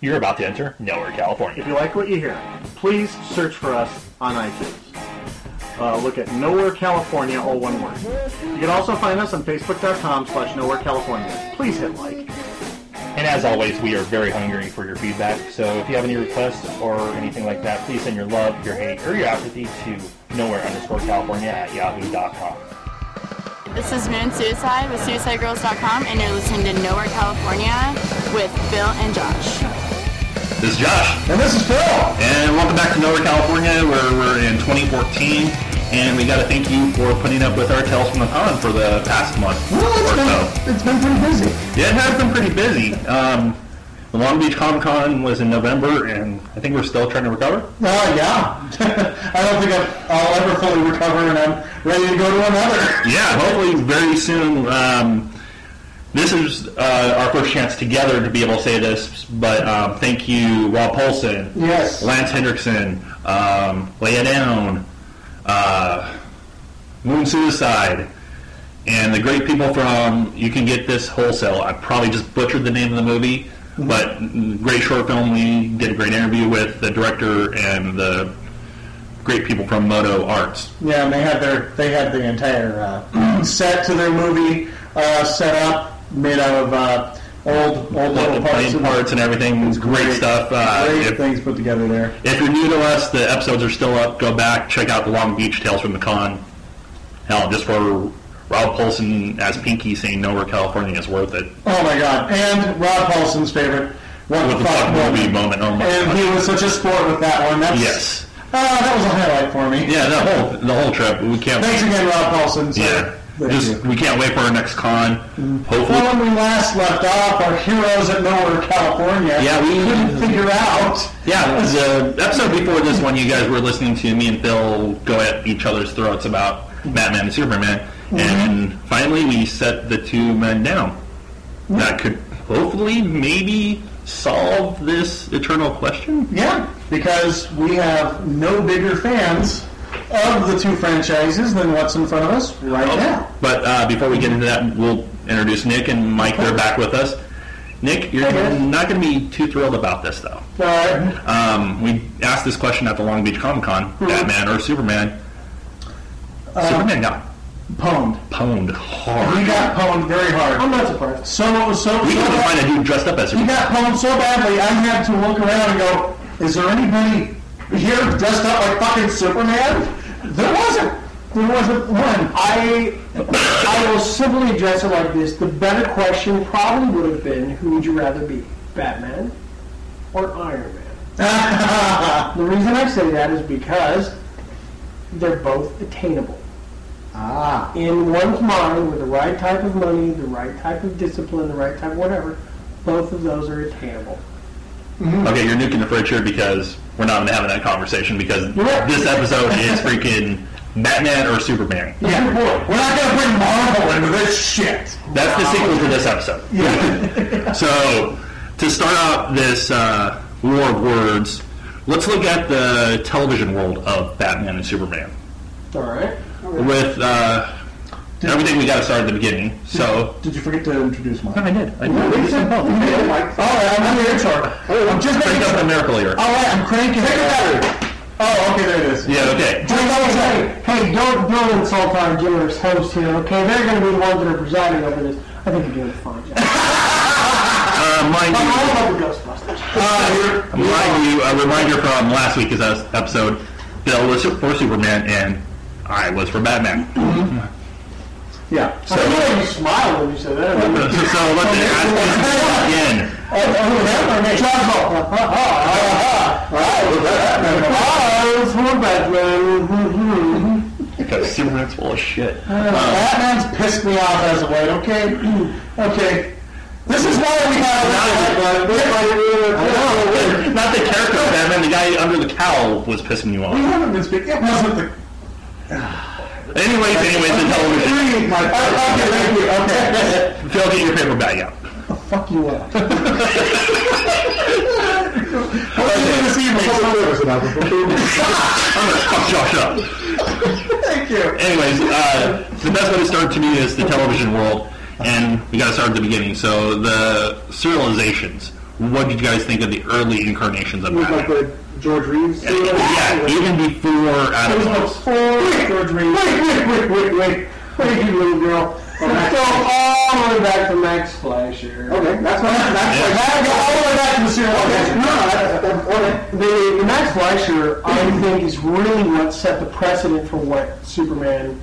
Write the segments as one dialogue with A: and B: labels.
A: You're about to enter Nowhere, California.
B: If you like what you hear, please search for us on iTunes. Uh, look at Nowhere California, all one word. You can also find us on Facebook.com slash Nowhere California. Please hit like.
A: And as always, we are very hungry for your feedback. So if you have any requests or anything like that, please send your love, your hate, or your apathy to nowhere underscore California at yahoo.com.
C: This is Moon Suicide with SuicideGirls.com, and you're listening to Nowhere, California with Bill and Josh.
D: This is Josh,
A: And this is Phil!
D: and welcome back to Nowhere, California, where we're in 2014, and we got to thank you for putting up with our Tales from the Con for the past month or so.
A: it's been pretty busy.
D: Yeah, it has been pretty busy. Um, the Long Beach Comic Con was in November, and I think we're still trying to recover.
E: Oh, yeah. I don't think I've, I'll ever fully recover, and I'm ready to go to another.
D: Yeah, hopefully very soon. Um, this is uh, our first chance together to be able to say this, but um, thank you, Rob Polson,
E: Yes.
D: Lance Hendrickson, um, Lay It Down, uh, Moon Suicide, and the great people from You Can Get This Wholesale. I probably just butchered the name of the movie, but great short film. We did a great interview with the director and the great people from Moto Arts.
E: Yeah, and they had their they had the entire uh, set to their movie uh, set up, made out of uh, old old
D: All
E: little
D: the
E: parts,
D: playing parts and everything. It's great, stuff. Uh,
E: great
D: if,
E: things put together there.
D: if you're new to us, the episodes are still up. Go back, check out the Long Beach Tales from the Con. Hell, just for Rob Polson as Pinky saying "Nowhere California is worth it."
E: Oh my god! And Rob Paulson's favorite, what
D: What
E: the fuck
D: movie moment?
E: moment?
D: Oh my
E: And
D: God.
E: he was such a sport with that one. That's,
D: Yes.
E: Oh, that was a highlight for me.
D: Yeah, the whole the whole trip. We can't.
E: Thanks again, Rob Paulson. sir.
D: Yeah.
E: Thank you. Mm-hmm.
D: Just we can't wait for our next con. Hopefully.
E: Well, when we last left off, our heroes at Nowhere, California,
D: Yeah, we-
E: couldn't figure out.
D: Yeah, the episode before this one, you guys were listening to me and Phil go at each other's throats about Batman and Superman, and finally we set the two men down. That could hopefully maybe solve this eternal question.
E: Yeah, because we have no bigger fans of the two franchises than what's in front of us right now.
D: But uh, before we get into that, we'll introduce Nick and Mike. They're back with us. Nick, you're
E: guys.
D: not going to be too thrilled about this though.
E: But
D: Um, we asked this question at the Long Beach Comic Con: Batman or Superman? Superman got
E: pwned.
D: pwned hard.
E: We got pwned very hard. I'm not surprised. So, so,
D: We
E: so
D: couldn't
E: bad-
D: find a dude dressed up as
E: we
D: Superman.
E: got pwned so badly, I had to look around and go, is there anybody here dressed up like fucking Superman? There wasn't. There wasn't one.
F: I I will simply address it like this. The better question probably would have been who would you rather be? Batman or Iron Man? the reason I say that is because they're both attainable.
E: Ah.
F: In one's mind, with the right type of money, the right type of discipline, the right type of whatever, both of those are attainable.
D: Okay, you're nuking the fridge here because we're not even having that conversation because
F: Yeah.
D: this episode is freaking Batman or Superman.
E: Yeah. We're not going to bring Marvel into this shit.
D: That's the sequel to this episode. so, to start out this uh, war of words, let's look at the television world of Batman and Superman.
F: All right.
D: With uh, everything we got to start at the beginning. So,
E: Did you forget to introduce Mike?
D: I did. I did.
E: All right, I'm on the intro. I'm just
D: Break
E: making
D: up the miracle here.
E: All right, I'm cranking. Take Oh, okay, there it is.
D: Yeah, okay.
F: Hey, hey, hey, hey, don't, don't insult our generous hosts here, okay? They're going to be the ones that are presiding over this. I think you're doing a fine job.
D: Uh, mind you-
F: I love the Ghostbusters.
D: A Remind you, a reminder from last week's es- episode, Bill was for Superman and I was for Batman.
E: Yeah.
D: So,
F: I know you smiled when you said that.
D: so, so let's ask this again.
F: Oh, it's more Batman. Mhm.
D: Because Superman's full of shit.
E: Batman's pissed me off as of late, okay? okay. This is why we have
D: Not the character of Batman, the guy under the cowl was pissing you
E: We
D: off.
E: haven't been speaking. It wasn't the.
D: Anyways, anyways, the television.
E: Read my. Okay, thank you. Okay.
D: Phil, get your paper bag out.
E: Fuck you up. Thank
D: I'm gonna fuck Josh up.
E: you.
D: Anyways, uh, the best way to start to me is the television world, and we got to start at the beginning. So the serializations.
G: what did you guys think of the early incarnations of
H: With like
G: Batman?
H: the George Reeves.
G: Yeah, even before
H: It was
D: uh,
G: Adam
H: like four George Reeves.
F: Wait, wait, wait, wait. Wait, you little girl. Let's go all the way back to Max Fleischer.
H: Okay, that's what that's like. That go all the way back to the serial. Okay, no, that's, that's, okay.
F: The, the Max Fleischer, I think, is really what set the precedent for what Superman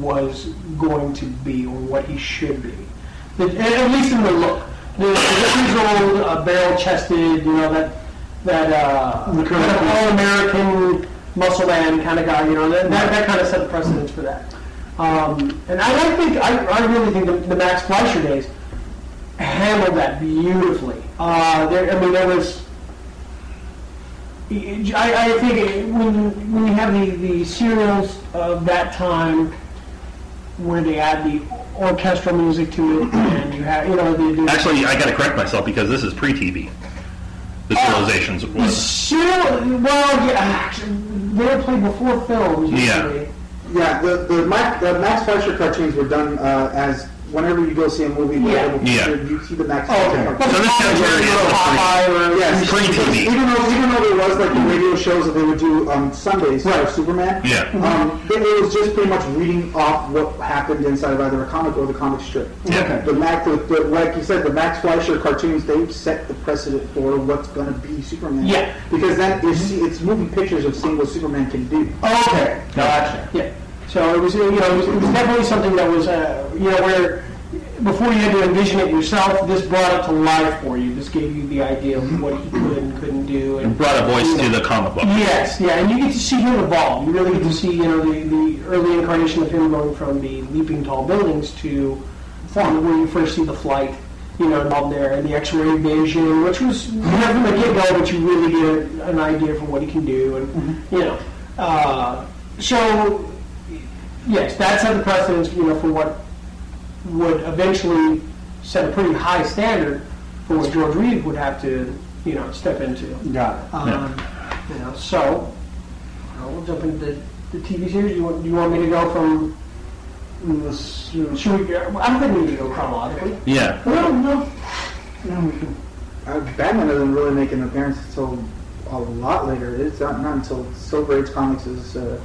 F: was going to be or what he should be. The, at, at least in the look. The, the old uh, barrel-chested, you know, that that uh, kind of all-American muscle man kind of guy, you know, that, that, that kind of set the precedent for that. Um, and I, I think, I, I really think the, the Max Fleischer days handled that beautifully. Uh, there, I mean, there was I, I think it- when you, when you have the, the serials of that time where they add the orchestral music to it and you have, you know, they do.
G: Actually, I got to correct myself because this is pre-TV. The serializations was
F: Serial, well, yeah, actually, they were played before films usually.
G: Yeah.
H: Yeah, the the Max, the Max Fleischer cartoons were done uh, as whenever you go see a movie, whatever,
G: Yeah.
H: you see the
E: Oh,
H: Max Fleischer
F: Oh,
H: cartoons.
G: So this category is
F: Popeye or-
H: Yes,
G: Free
H: because
G: TV.
H: Even though, even though there was like the radio shows that they would do on Sundays for Superman,
G: Yeah.
H: um, it, it was just pretty much reading off what happened inside of either a comic or the comic strip.
G: Yeah. Okay.
H: The Max, the, the, like you said, the Max Fleischer cartoons they set the precedent for what's going to be Superman.
F: Yeah.
H: because then you see, it's moving pictures of seeing what Superman can do.
F: Okay, gotcha. Yeah. So it was, you know, it was, it was definitely something that was, uh, you know, where before you had to envision it yourself, this brought it to life for you. This gave you the idea of what he could and couldn't do. And
G: brought a voice to the comic book.
F: Yes, yeah, and you get to see him evolve. You really get to see, you know, the, the early incarnation of him going from the leaping tall buildings to um, where you first see the flight, you know, involved there, and the X-ray vision, which was you know, from the get-go, but you really get an idea for what he can do, and you know, uh, so yes, that set the precedence, you know, for what would eventually set a pretty high standard for what George Reed would have to, you know, step into.
H: Got it.
F: Um, you know, so uh, we'll jump into the, the TV series. You want, you want me to go from? mm, this- Should we? go- I don't think we need to go chronologically.
G: Yeah.
F: No, no.
H: Uh, Batman doesn't really make an appearance until a lot later. It's not, not until Silver Age comics is uh,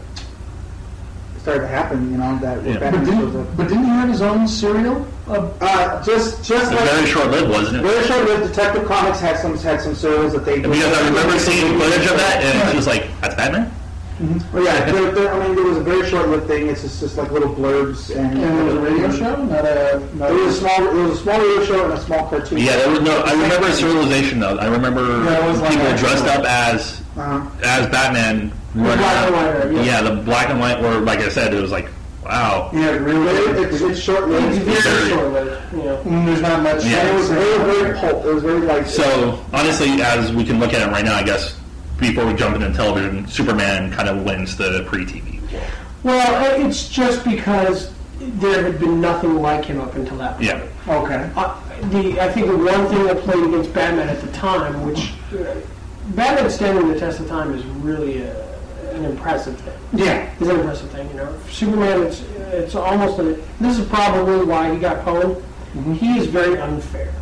H: started to happen, you know, that
G: Yeah.
H: Batman shows up.
F: But didn't he have his own serial? Uh,
H: Uh, just, just
G: It was
H: like
G: very short-lived, wasn't it?
H: very short lived Detective Comics had some had some serials that they.
G: Because I remember seeing footage of that, and it's just like, that's Batman?
H: Well, yeah, there, there, I mean, there was a very short lived thing. It's just, just like little blurbs and.
F: show, not a.
H: It was a small. It was a small radio show and a small cartoon.
G: Yeah, there was no. I remember a serialization though. I remember
H: Yeah, it was like
G: people
H: that.
G: dressed up as
H: Uh-huh.
G: as Batman. running
F: black and
G: up.
F: white, yeah.
G: the black and white. Or like I said, it was like, wow.
H: Yeah, really. It's, it's short
F: It's
H: lived.
F: very short lived. You know.
H: There's not much.
G: Yeah.
H: And it was very, very pulp. It was very like.
G: So honestly, as we can look at it right now, I guess before we jump into television, Superman kind of wins the pre-TV.
F: Well, it- it's just because there had been nothing like him up until that point.
G: Yeah,
H: okay.
F: Uh, the I think the one thing that played against Batman at the time, which uh, Batman standing the test of time is really a, an impressive thing.
H: Yeah.
F: It's an impressive thing, you know. Superman, it's it's almost a, this is probably why he got pwned. He is very unfair.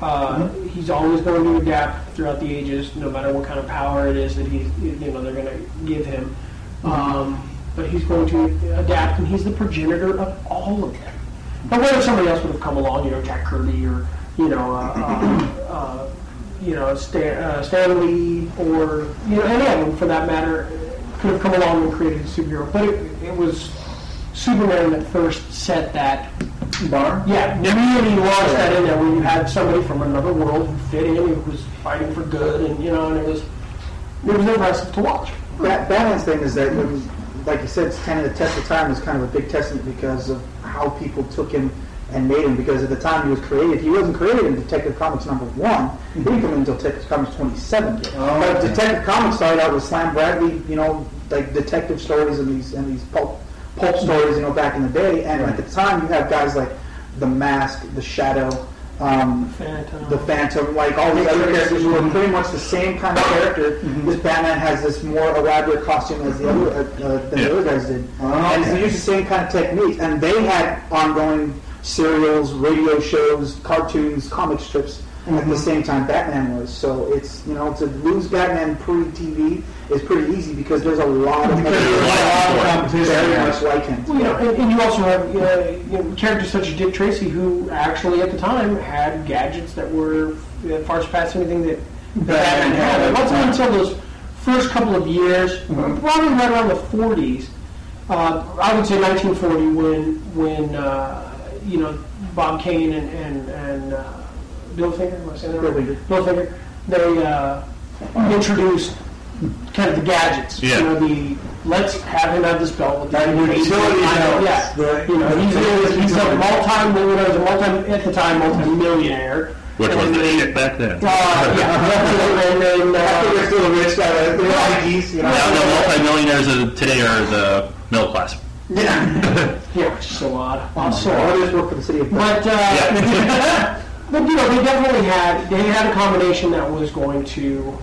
F: Uh, He's always going to adapt throughout the ages, no matter what kind of power it is that he, you know, they're going to give him. Um, but he's going to adapt, and he's the progenitor of all of them. But what if somebody else would have come along, you know, Jack Kirby or you know, uh, uh, uh, you know, Stan, uh, Stan Lee or you know, any of them for that matter, could have come along and created a superhero. But it, it was Superman that first set that
H: Bar.
F: yeah, really launched that in there where you had somebody from another world who fit in, who was fighting for good, and you know, and it was it was impressive to watch.
H: That balance thing is that, when, like you said, it's kind of the test of time is kind of a big testament because of how people took him and made him. Because at the time he was created, he wasn't created in Detective Comics number one. He didn't come in until Detective Comics 27. but Detective Comics started out with Slam Bradley, you know, like detective stories and these and these pulp pulp stories, you know, back in the day. And at the time, you have guys like The Mask, The Shadow. Um,
F: Phantom.
H: the Phantom, like all these other characters who are pretty much the same kind of character. This Batman has this more elaborate costume as the other uh, uh, than the other guys did, and he used the same kind of technique. And they had ongoing serials, radio shows, cartoons, comic strips at the same time Batman was. So it's you know to lose Batman pre TV is pretty easy because there's a lot of
F: there's a
G: lot of
H: competition very much like him.
F: Well, you know, and, and you also have uh, you know, characters such as Dick Tracy, who actually at the time had gadgets that were uh, far surpassed anything that Batman had. It wasn't until those first couple of years,
H: Mm-hmm.
F: probably right around the 40s, uh, I would say 1940, when when uh, you know Bob Kane and and, and uh, Bill Finger, am I saying that right?
H: Bill Finger.
F: Bill Finger, they uh, introduced kind of the gadgets.
G: Yeah.
F: You know, the let's have him have this belt with the
H: utility belts,
F: Yeah.
H: right.
F: You know, he's a, he's a multi-millionaire, a multi at the time multi-millionaire.
G: Which was
F: And
G: the
F: then-
G: shit back then.
F: Uh, yeah, and then,
H: They're
F: uh,
H: still rich guy, they're like geese, you know.
G: Now the multimillionaires of today are the middle class.
F: yeah, which is so odd. Oh, so
H: All
F: odd.
H: this work for the city of
F: But, uh, but you know, they definitely had they had a combination that was going to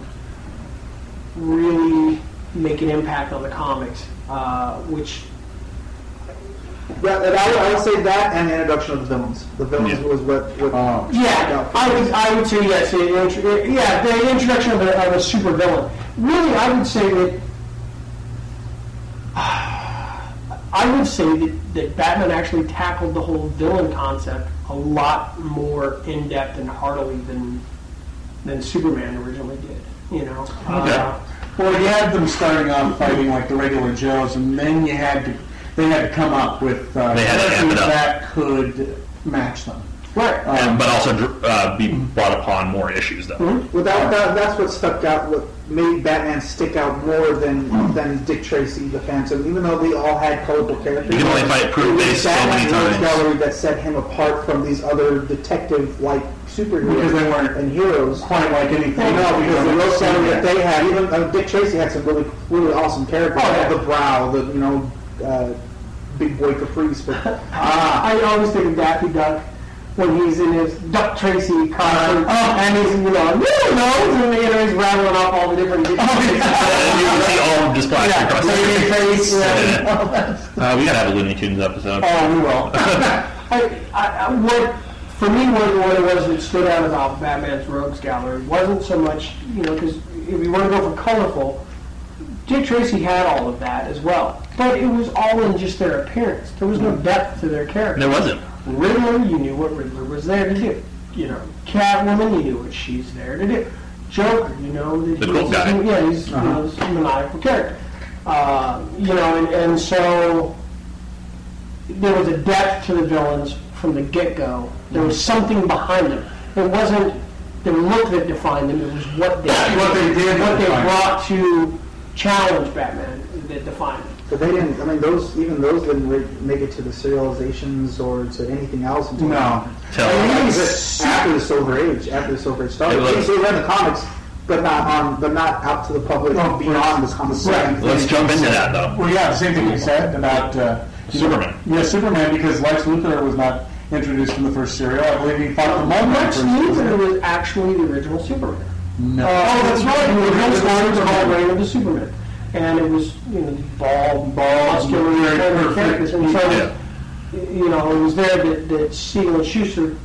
F: really make an impact on the comics, uh, which
H: Yeah, and I, would- I would say that and the introduction of the villains. The villains
G: Yeah.
H: was what. what
E: Oh.
F: Yeah, I would, I would say yes. the intro- yeah, the introduction of a, of a super villain. Really, I would say that. I would say that, that Batman actually tackled the whole villain concept a lot more in depth and heartily than than Superman originally did. You know, uh,
E: Well, you had them starting off fighting like the regular Joes, and then you had to they had to come up with uh,
G: They had to amp it
E: characters
G: up.
E: that could match them.
F: right?
G: And, but also uh, be brought upon more issues, though.
F: Mm-hmm.
H: Well, that, that, that's what stuck out. What made Batman stick out more than than Dick Tracy, the Phantom. Even though they all had colorful characters,
G: You can only fight Proof
H: it was
G: Base so
H: that
G: many
H: rogues
G: times.
H: gallery that set him apart from these other detective-like superheroes
E: Because they weren't
H: and heroes.
E: Quite like
H: Well,
E: anything.
H: no, because the real salary that
E: Yeah.
H: they had, even uh, Dick Tracy had some really, really awesome characters.
F: Oh, yeah.
H: The brow, the you know, uh, big boy caprice, but
F: I always think of Daffy Duck when he's in his Duck Tracy concert, and he's you know, little nose, and you know, he's rattling off all the different.
G: And you can see all of them just plastered across the
F: Baby face, yeah.
G: Uh, we gotta have a Looney Tunes episode.
F: Oh, we will. I, I, I- what for me, what, what it was that stood out about Batman's Rogues Gallery wasn't so much, you know, because if you want to go for colorful, Dick Tracy had all of that as well, but it was all in just their appearance. There was no depth to their character.
G: There wasn't.
F: Riddler, you knew what Riddler was there to do. You know, Catwoman, you knew what she's there to do. Joker, you know that
G: The
F: he's,
G: cool guy.
F: yeah, he's
E: Uh-huh.
F: you know, this maniacal character. Uh, you know, and, and so there was a depth to the villains from the get-go. There was
E: Mm-hmm.
F: something behind them. It wasn't the look that defined them. It was what they
E: What they did
F: what
E: defined
F: they
E: them.
F: brought to challenge Batman that defined them.
H: but they didn't. I mean, those even those didn't re- make it to the serializations or to anything else. Until
E: No.
G: Tell
H: I mean, it was after the Silver Age, after the Silver Age started,
G: It was-
H: they, they ran the comics, but not on, but not out to the public beyond the comics.
E: Right.
G: Let's jump into that though.
E: Well, yeah, the same thing you said about uh,
G: Superman.
E: Yeah, Superman, because Lex Luthor was not introduced in the first serial. I believe he fought the Multiverse.
F: Lex Luthor was actually the original Superman.
E: No.
F: oh, that's right. The original stories are all Reign of the Superman, and it was you know bald, bald, muscular,
E: very
F: kind of
E: perfect.
F: characters, and so
G: Yeah.
F: you know it was there that, that Siegel and Schuster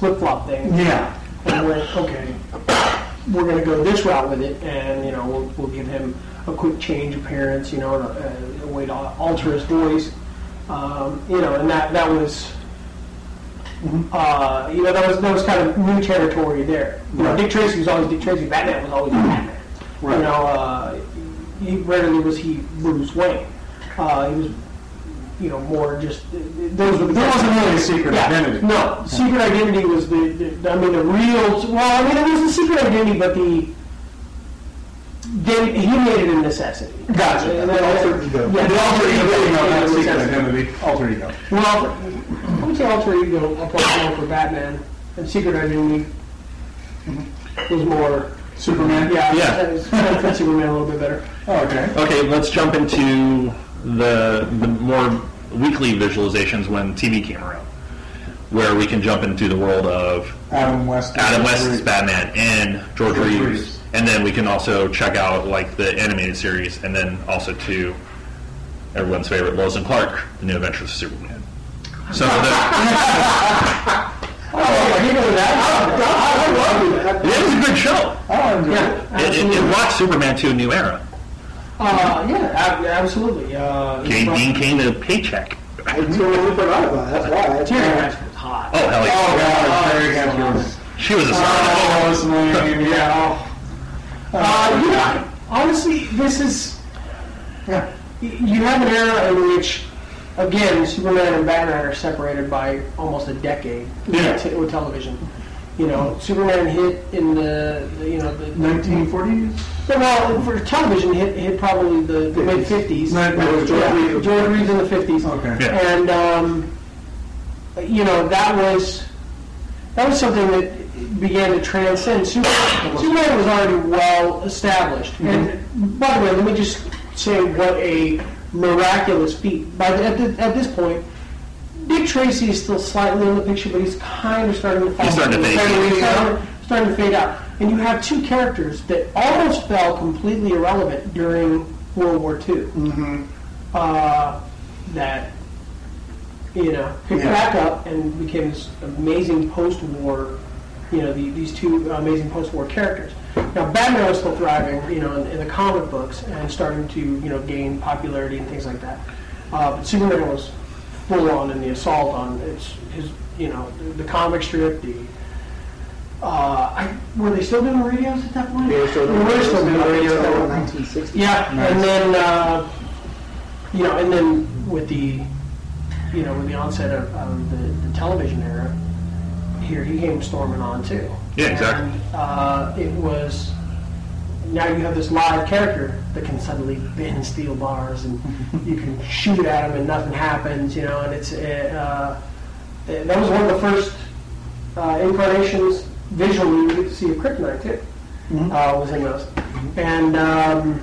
F: flip flop things
E: Yeah.
F: and went, okay, we're going to go this route with it, and you know we'll, we'll give him a quick change appearance, you know, and a, a way to alter his voice, um, you know, and that that was. Uh, you know that was that was kind of new territory there. You know,
E: Right.
F: Dick Tracy was always Dick Tracy. Batman was always Batman.
E: Right.
F: You know, uh, he, rarely was he Bruce Wayne. Uh, he was, you know, more just those were the
E: There wasn't really a secret
F: yeah.
E: identity.
F: No, secret identity was the, the I mean the real. Well, I mean it was the secret identity, but the they, he made it a necessity.
E: Gotcha.
F: And then-
H: Alter ego.
F: Yeah, the alter ego.
E: Really, no,
F: made it
E: not
F: a
E: secret
F: necessity.
E: identity. Alter ego.
F: Well, I would say alter ego applies more for Batman, and secret identity was more. uh,
E: Superman.
F: Yeah,
G: Yeah.
F: that was- that fits Superman a little bit better.
E: Oh, okay.
G: Okay, let's jump into the the more weekly visualizations when TV came around, where we can jump into the world of
E: Adam West.
G: Adam West's Batman and George
E: George
G: Reeves.
E: Reeves.
G: and then we can also check out like the animated series, and then also to everyone's favorite Lois and Clark, The New Adventures of Superman. So the,
F: Oh, you know that.
G: It was a good show.
F: Yeah,
G: It, it,
F: absolutely.
G: it brought Superman to a new era.
F: Uh, yeah, ab- absolutely. Uh,
G: Gave Dean Kane a paycheck.
H: I totally forgot about it. That's why. That's
F: Terry
H: why.
F: Ratchet was hot.
G: Oh, hell yeah.
E: Oh, God, Terry Hatcher was-
G: She was a star.
E: Oh, it's amazing, yeah.
F: Uh, yeah, honestly, this is.
E: Yeah.
F: y- You have an era in which, again, Superman and Batman are separated by almost a decade
E: Yeah.
F: with, te- with television. You know, Superman hit in the, the you know the
E: 1940s?
F: well for television hit hit probably the, the mid fifties.
E: That was George Reed.
F: George Reed's in the fifties.
E: Okay.
G: Yeah.
F: And um, you know that was that was something that began to transcend. Superman, Superman was already well established.
G: Mm-hmm.
F: And by the way, let me just say what a miraculous feat. By the, at, the, at this point, Dick Tracy is still slightly in the picture, but he's kind of starting to fall.
G: He's starting to fade.
F: Starting, starting, starting to fade out. And you have two characters that almost fell completely irrelevant during World War II. Mm-hmm. Uh, that you know, picked
E: Yeah.
F: back up and became this amazing post-war, you know, the, these two amazing post-war characters. Now, Batman was still thriving, you know, in, in the comic books and starting to, you know, gain popularity and things like that. Uh, but Superman was full on in the assault on its, his, you know, the, the comic strip, the. Uh, I, were they still doing radios at that point?
H: They were still doing
F: They were
H: radios.
F: still doing
H: Until
F: radios.
H: 1960.
F: Yeah, and then uh, you know, and then with the you know with the onset of, of the, the television era, here he came storming on too.
G: Yeah, exactly.
F: And, uh, it was now you have this live character that can suddenly bend steel bars and you can shoot at him and nothing happens, you know, and it's uh, uh, that was one of the first uh, incarnations visually you get to see of Kryptonite too uh, was in those, and um,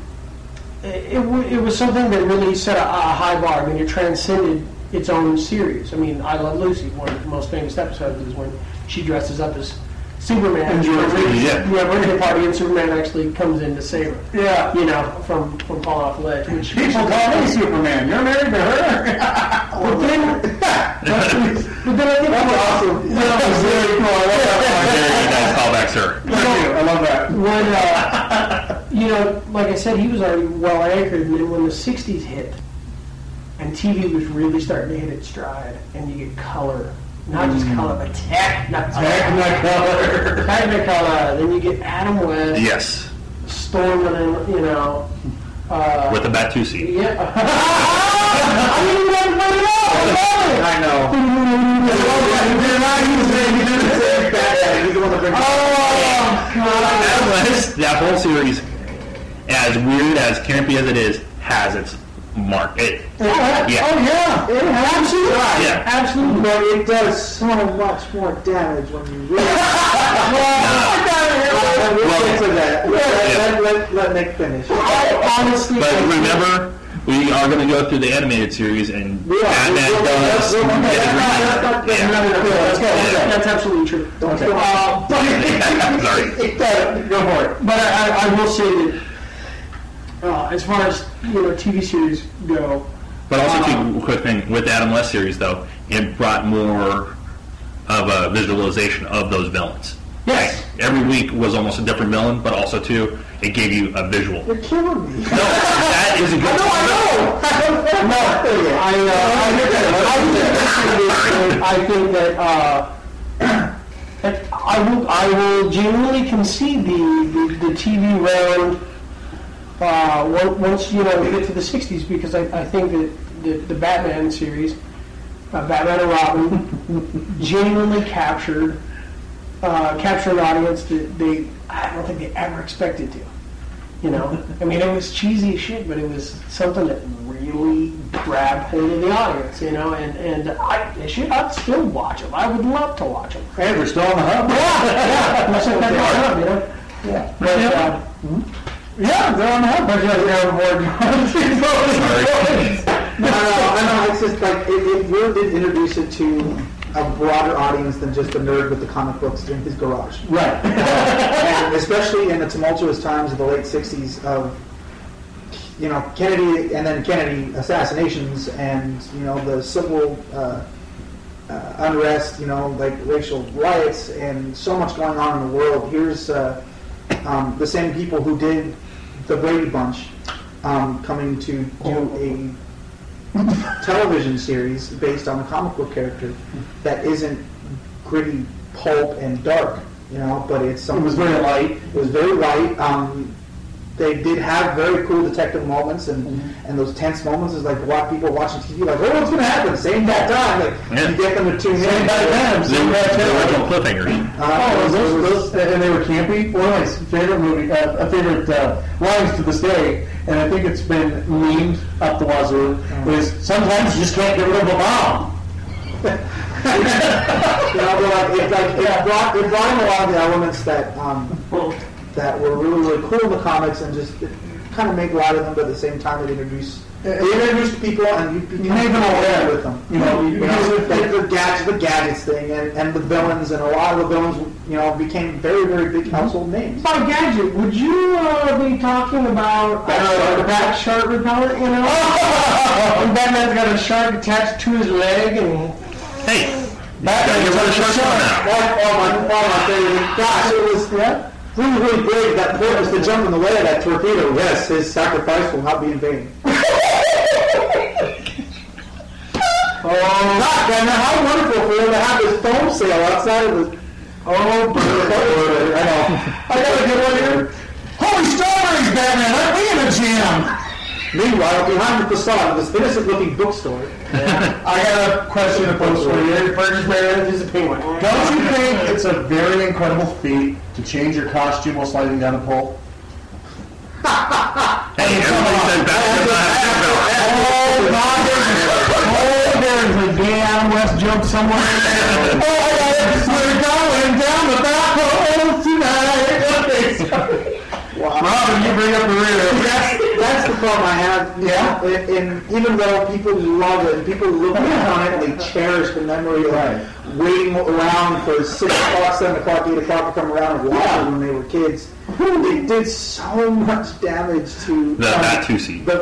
F: it, it, wa- it was something that really set a, a high bar. I mean, it transcended its own series. I mean, I Love Lucy, one of the most famous episodes is when she dresses up as Superman.
E: And George Clooney,
G: Oh, yeah.
F: yeah, birthday party, and Superman actually comes in to save her.
E: Yeah.
F: You know, from from falling off the ledge, which
E: People call me Superman. You're married to her.
F: But then, but then I think
E: That's awesome. That was very cool. I love that.
G: Very nice callback, sir.
E: Thank you. I love that.
F: when uh, you know, like I said, he was already well anchored, and then when the '60s hit, and TV was really starting to hit its stride, and you get color, not just
E: Mm.
F: color, but technicolor,
E: Technicolor.
F: technicolor. Then you get Adam West
G: Yes,
F: storming, in, you know. Uh,
G: with a Batusi.
F: yeah. I didn't even have to put it up. I
E: I know.
G: That was- that whole series, as weird as campy as it is, has its mark. It,
F: love it.
G: Yeah.
F: Oh yeah.
H: It has to.
G: Yeah.
F: Absolutely.
H: But it does so much more damage when you really. Well, we'll get to that. Let, let, let, let Nick finish.
F: Honestly,
G: but remember, we are going to go through the animated series, and
H: We are.
G: Batman
H: We'll- we'll-
G: does
H: we'll- we'll-
G: get
H: let's not
G: his
H: get
G: revenge.
H: another bill. Let's go.
F: that's, that's absolutely true.
H: Don't kill
F: Uh, but
G: Yeah. Sorry.
E: Go for it.
F: But I, I- I will say that uh, as far as you know TV series go,
G: But also, too, quick thing with the Adam West series, though, it brought more of a visualization of those villains.
F: Yes.
G: Like, every week was almost a different villain, but also too, it gave you a visual. No,
H: You're killing me.
G: that is a good.
F: I, uh, I, I, think that uh, that I will I will genuinely concede the, the, the TV round uh, on- once you know we get to the '60s because I, I think that the, the Batman series, uh, Batman and Robin, genuinely captured uh, captured an audience that they I don't think they ever expected to. You know, I mean, it was cheesy as shit, but it was something that really grabbed hold of the audience. You know, and and I shit, I'd still watch them. I would love to watch them.
E: Hey, we're still on the hub.
F: Yeah, that's what that's up, you know?
E: Yeah.
F: But, uh,
E: Hmm? Yeah, they're on the hub. But yeah, they're on board.
H: No, no, no, no, it's just like, it, it really did introduce it to a broader audience than just a nerd with the comic books in his garage.
E: Right.
H: and especially in the tumultuous times of the late 60s of you know Kennedy and then Kennedy assassinations and you know the civil uh, uh, unrest, you know, like racial riots and so much going on in the world. Here's uh, um, the same people who did the Brady Bunch um, coming to
E: Oh.
H: do a television series based on a comic book character that isn't gritty pulp and dark, you know, but it's
E: It
H: something
E: was very light.
H: it was very light. Um, they did have very cool detective moments and,
E: Mm-hmm.
H: and those tense moments is like watch people watching TV like, oh, what's gonna happen? Same bad time. Like
G: Yeah.
H: you get them to tune in.
E: Same bad time,
G: The,
E: same bad
G: the
E: time.
G: original cliffhanger.
H: Uh,
E: Oh,
H: it was- it was-
E: those, those, and they were campy. One of my favorite movie, uh, uh, favorite uh, lines to this day, and I think it's been memed up the wazoo,
H: Mm-hmm.
E: is sometimes you just can't get rid of a bomb.
H: you know, but like, it, like it brought it brought in a lot of the elements that um, that were really really cool in the comics and just kind of make light of them, but at the same time it introduced. They introduced people and you became
E: made them aware.
H: with them.
E: You know,
H: you know, like the gadgets, the gadgets thing, and, and the villains, and a lot of the villains, you know, became very, very
E: Mm-hmm.
H: big household names.
F: By gadget, would you uh, be talking about uh, the bat shark repellent? You know, and Batman's got a shark attached to his leg, and
G: Hey, gotta get rid of sharks now.
H: Oh, oh my, oh my favorite. Gosh, it was
F: yeah.
H: really, really brave that Portis to jump in the way of that torpedo. Yes, his sacrifice will not be in vain. oh, God, man, how wonderful for him to have his foam sail outside of the... Oh, bird. I know. I got a good one here.
E: Holy strawberries, Batman! Aren't we in a jam?
H: Meanwhile, behind the facade of this innocent-looking bookstore...
E: I got a question to pose for you.
F: Burgess Meredith is a penguin.
E: Don't you think it's a very incredible feat to change your costume while sliding down a pole?
G: Hey, everybody said Batman's not having a
E: Oh, God, there's, oh, there's a gay Adam West joke somewhere in there. Oh, we're going down the back hole tonight. Okay, sorry. Robin, you bring up the rear.
H: that's, that's the problem I have. you
E: Yeah.
H: know, And, and even though people love it, people look back on it, and they cherish the memory of
E: Right.
H: waiting around for six o'clock, seven o'clock, eight o'clock to come around and watch it when they were kids. They did so much damage to
G: The
H: um,
G: Batusi.
H: the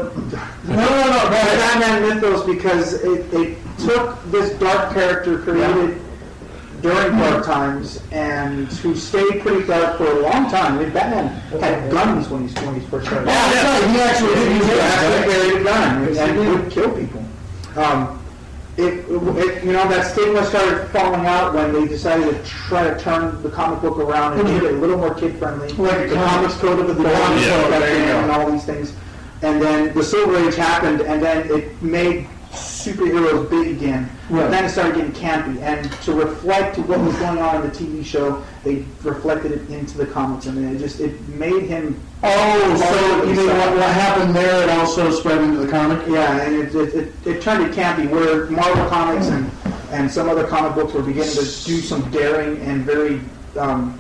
H: no, no, no, the Batman mythos because it, it took this dark character created during dark times and who stayed pretty dark for a long time. I mean, Batman had guns when he's when he first started.
E: Yeah, that's right. He actually did
H: He
E: use
H: would actually
E: it.
H: carry a gun and- and would kill people. Um, it, it, you know, that stigma started falling out when they decided to try to turn the comic book around and make it a little more kid friendly.
E: Like
H: the comics code of the
E: comics
G: code,
H: yeah.
E: there you go.
H: and all these things. And then the Silver Age happened, and then it made superheroes big again.
E: Right.
H: But then it started getting campy, and to reflect what was going on in the TV show, they reflected it into the comics, and then it just it made him
E: Oh, so you mean what, what happened there and also spread into the comic?
H: Yeah, and it, it, it, it turned it campy where Marvel Comics and, and some other comic books were beginning to do some daring and very um,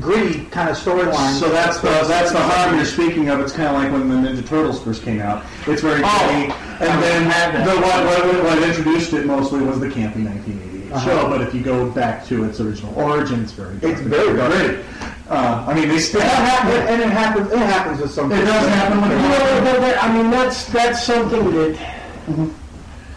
H: gritty kind of storylines.
E: So that's the that's the harm you're speaking of. It's kind of like when the Ninja Turtles first came out. It's very campy, and then the what, what, what introduced it mostly was the campy 1988 show. But if you go back to its original origin, Uh-huh. it's very
H: It's very dark.
E: great. Uh, I mean, they still
H: And it happens, and it happens, it happens with some
E: It does happen when
F: You know, but that- I mean, that's that's something that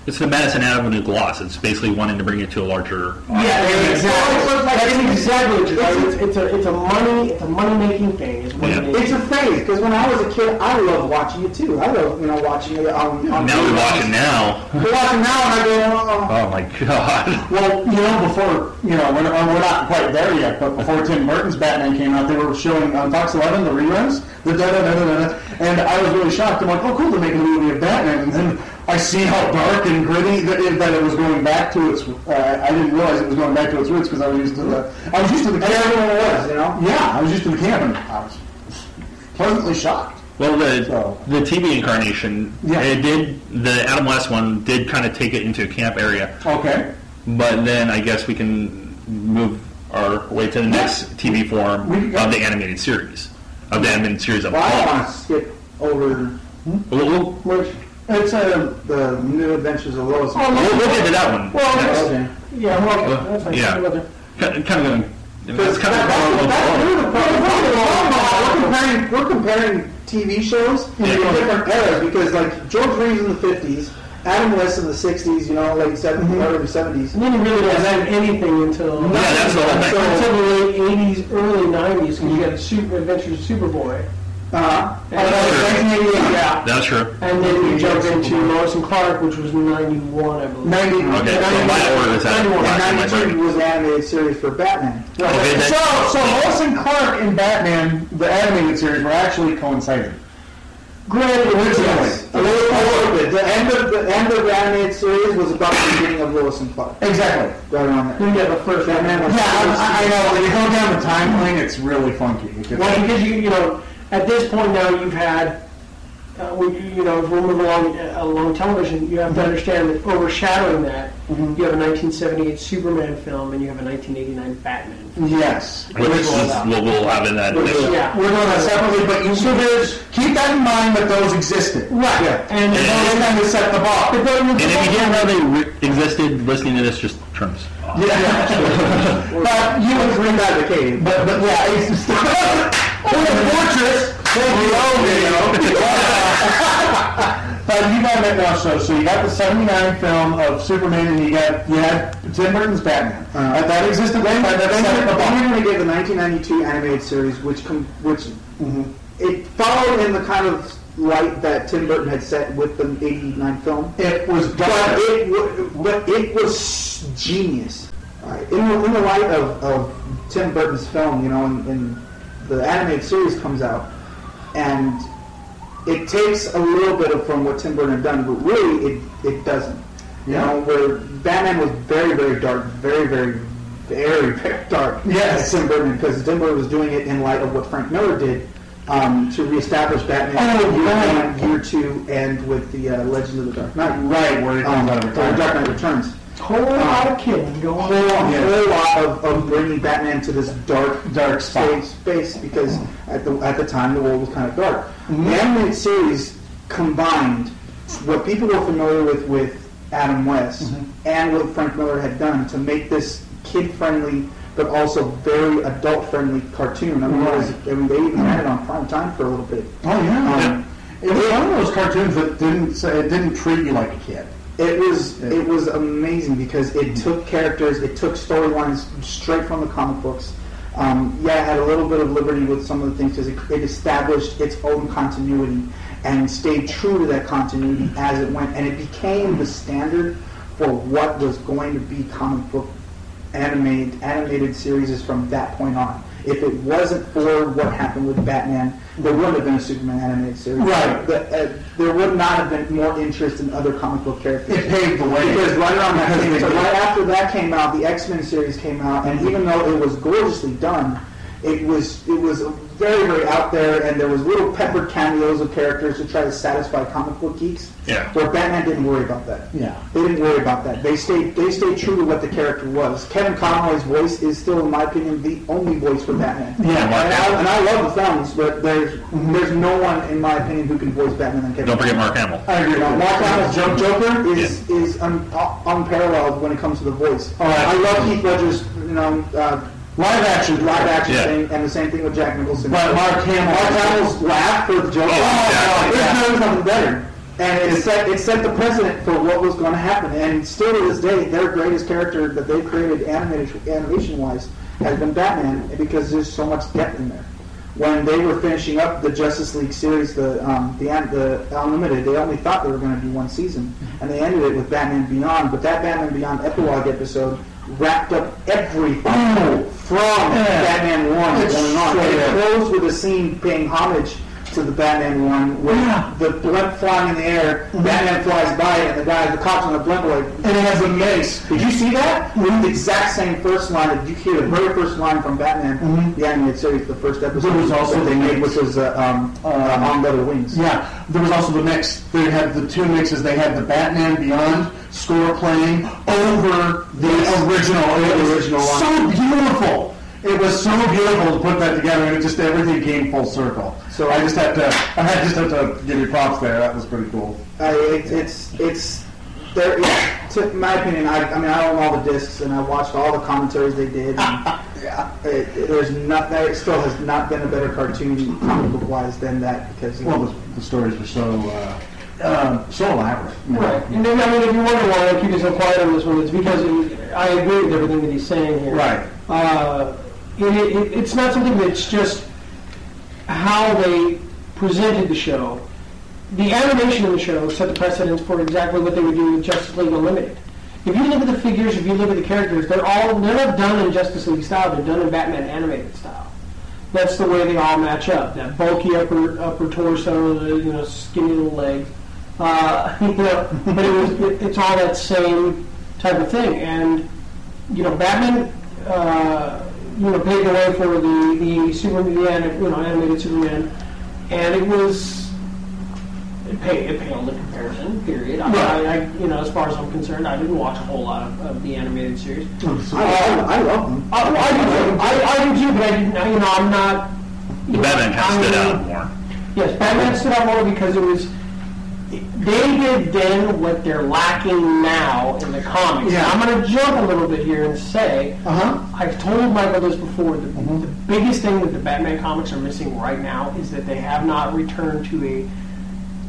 G: It's the Madison Avenue gloss. It's basically wanting to bring it to a larger.
F: yeah,
E: exactly.
F: That's exactly what you're right. It's, it's a it's a money it's a money making thing. Is what
G: Yeah.
F: it is.
H: It's a phase, because when I was a kid, I loved watching it too. I loved, you know, watching it on... on
G: Now we watch it now.
H: We watch it now, and I go, oh,
G: Oh my god.
E: Well, you know, before you know, we're, uh, we're not quite there yet, but before Tim Burton's Batman came out, they were showing on Fox 11 the reruns, the da da da da da, and I was really shocked. I'm like, oh, cool, they're making a movie of Batman, and then I see how dark and gritty that it, that it was going back to its. Uh, I didn't realize it was going back to its roots because I was used to the. I was used to the
H: everyone
E: camp.
H: was, you know?
E: Yeah, I was used to the camp, and I was pleasantly shocked.
G: Well, the
E: So-
G: the TV incarnation,
E: Yeah.
G: it did the Adam West one did kind of take it into a camp area,
E: Okay,
G: but then I guess we can move our way to the next TV form
E: We can go.
G: of the animated series of the animated series of
H: Well, I
G: Paul.
H: want to skip over uh,
G: We'll, we'll,
E: which it's a.
H: the New Adventures of Lois.
F: Oh,
G: we'll, we'll get to that one.
E: Oh,
F: well,
H: Okay.
F: yeah, well, that's
G: Uh,
F: fine.
G: yeah.
F: Well, there-
G: Kind kind of going. It's kind of
H: That's- that's
G: going.
H: really the problem. We're comparing- We're comparing TV shows in
G: Yeah.
H: different eras because, like, George Reeves in the 50s Adam West in the '60s, you know, late '70s,
E: Mm-hmm.
H: early '70s.
F: And then you really didn't have anything until
G: Yeah, that's the whole thing.
F: until the late '80s, early '90s, because you got Super Adventures of Superboy,
H: Uh-huh.
F: and, then- yeah.
G: That's true.
F: and then you jump into Lois and Clark, which was '91, I believe.
H: 90,
G: Okay, so my order is that.
H: and
G: last in my
H: 92
G: brain.
H: was an animated series for Batman.
G: Okay,
E: so,
G: that-
E: so Wilson Clark and Batman, the animated series, were actually coinciding.
F: Granted,
E: Originally.
H: A little, a little bit. The end of the end of the animated series was about the beginning of Lois and Clark.
E: Exactly.
H: Right around there.
F: you get the first
H: Batman was
E: Yeah, I, I- I know. When you go down the timeline, it's really funky. Because
F: Well, because you, you know, at this point now you've had, uh, we, you know, if we're moving along, uh, along television, you have to understand that overshadowing that, you have a 1978 Superman film and you have a 1989 Batman. film.
E: yes.
G: Which is what we'll have in that.
E: We're-
F: Yeah.
E: We're doing that separately, but you should keep that in mind that those existed.
F: Right.
E: Yeah. And
F: And-
E: those kind of set the bar.
F: But then you
G: And
F: come
G: if you
F: up-
G: didn't know they re- existed, listening to this just turns off.
E: Yeah. but you would agree that the cave. But, but yeah, it's just. Or the fortress. We own it, you know. But you got that now, so so you got the '79 film of Superman, and you got you had Tim Burton's Batman. Uh, that existed then. That
H: Then
E: set the
H: you're,
E: bar.
H: then you're going to get the 1992 animated series, which com- which it followed in the kind of light that uh, Tim Burton had set with the '89 film.
E: It was
H: But
E: dark.
H: it, w- but it was genius. Alright, In, the, in the light of, of Tim Burton's film, you know, and, and the animated series comes out, and it takes a little bit of from what Tim Burton had done, but really it, it doesn't. You know, where Batman was very, very dark, very, very, very, very dark.
E: Yes.
H: as Tim Burton, because Tim Burton was doing it in light of what Frank Miller did um, to reestablish Batman
E: Oh,
H: year
E: right.
H: one, year two, and with the uh, Legend of the Dark Knight.
E: Right where it
H: Um,
E: comes out
H: the
E: of retirement.
H: Dark Knight Returns.
F: whole lot of kidding going on.
H: A
E: Yeah.
H: whole lot of, of bringing Batman to this dark,
E: Dark spot.
H: space, space because at the at the time the world was kind of dark.
E: Mm-hmm.
H: The animated series combined what people were familiar with with Adam West
E: Mm-hmm.
H: and what Frank Miller had done to make this kid-friendly but also very adult-friendly cartoon. I mean, it was- I mean they even had it on prime time for a little bit.
E: Oh yeah.
H: Um,
E: It was one of those cartoons that didn't say, it didn't treat you like a kid.
H: It was it was amazing because it took characters, it took storylines straight from the comic books. Um, yeah, it had a little bit of liberty with some of the things because it, it established its own continuity and stayed true to that continuity as it went, and it became the standard for what was going to be comic book animated animated series is from that point on. If it wasn't for what happened with Batman, there wouldn't have been a Superman animated series.
E: Right.
H: The- uh, there would not have been more interest in other comic book characters.
E: It paved the way.
H: Because right around that
E: Because
H: same,
E: they
H: so
E: did.
H: right after that came out, the X Men series came out, and even though it was gorgeously done, it was it was very very out there, and there was little peppered cameos of characters to try to satisfy comic book geeks.
G: Yeah.
H: Where Batman didn't worry about that.
E: Yeah.
H: They didn't worry about that. They stayed they stayed true to what the character was. Kevin Conroy's voice is still, in my opinion, the only voice for Batman.
E: Yeah.
H: And I, and I love the films, but there's there's no one, in my opinion, who can voice Batman than Kevin.
G: Don't forget
H: Conroy.
G: Mark Hamill.
E: I agree.
H: You know, Mark Hamill's Joke Joker is
G: Yeah.
H: is un, uh, unparalleled when it comes to the voice.
E: All right.
H: I love Heath Ledger's you know uh,
E: Live action,
H: live action
G: Yeah.
H: thing, and the same thing with Jack Nicholson.
E: But Mark Hamill- Oh,
H: Mark Hamill's laugh for the Joker.
G: exactly.
H: there's never something better. And it set it set the precedent for what was going to happen. And still to this day, their greatest character that they've created animated animation wise has been Batman because there's so much depth in there. When they were finishing up the Justice League series, the um, the an- the Unlimited, they only thought they were going to do one season, and they ended it with Batman Beyond. But that Batman Beyond epilogue episode wrapped up everything from Batman One
E: Oh, It's
H: going on.
E: so
H: And it
E: good.
H: closed with a scene paying homage to the Batman one where
E: Yeah.
H: the blimp flying in the air, Batman flies by and the guy, the cops on the blimp are like,
E: and it has a mace.
H: did you see that? The exact same first line that you hear, the very first line from Batman, the animated series, the first episode.
E: There was Mm-hmm. also
H: that they
E: the
H: made,
E: mix.
H: which was uh, um, uh, on leather wings.
E: Yeah, there was also the mix. They had the two mixes. They had the Batman Beyond score playing over the original. It was
H: original one.
E: so beautiful. It was so beautiful to put that together, and it just everything came full circle. So I just have to, I had- just have to give you props there. That was pretty cool.
H: I, it, it's it's there. It's, to my opinion, I, I mean, I own all the discs and I watched all the commentaries they did. And it, it- there's not there still has not been a better cartoon comic book wise than that because
E: Well, the, the stories were so uh, um, so elaborate. you know.
F: Right. And then, I mean, if you wonder why I keep so quiet on this one, it's because it- I agree with everything that he's saying here.
E: Right.
F: Uh, it, it, it's not something that's just how they presented the show. The animation of the show set the precedence for exactly what they would do with Justice League Unlimited. If you look at the figures, if you look at the characters, they're all they're not done in Justice League style. They're done in Batman animated style. That's the way they all match up. That bulky upper upper torso, the you know skinny little legs. Uh, you know, but it was it, it's all that same type of thing. And you know, Batman, uh, you know, paved the way for the the Superman, the anim, you know, animated Superman, and it was it, pay, it paled in comparison. Period. I, I, I, you know, as far as I'm concerned, I didn't watch a whole lot of, of the animated series.
H: I, Oh, I, I love them.
F: Uh, well, I do too. I, I do too, but I didn't. I- You know, I'm not. you know,
G: Batman kind of stood
F: I'm-
G: out more.
F: Yes, Batman stood out more because it was. They did then what they're lacking now in the comics.
E: Yeah.
F: I'm going to jump a little bit here and say
E: Uh-huh.
F: I've told Michael this before. The, the biggest thing that the Batman comics are missing right now is that they have not returned to a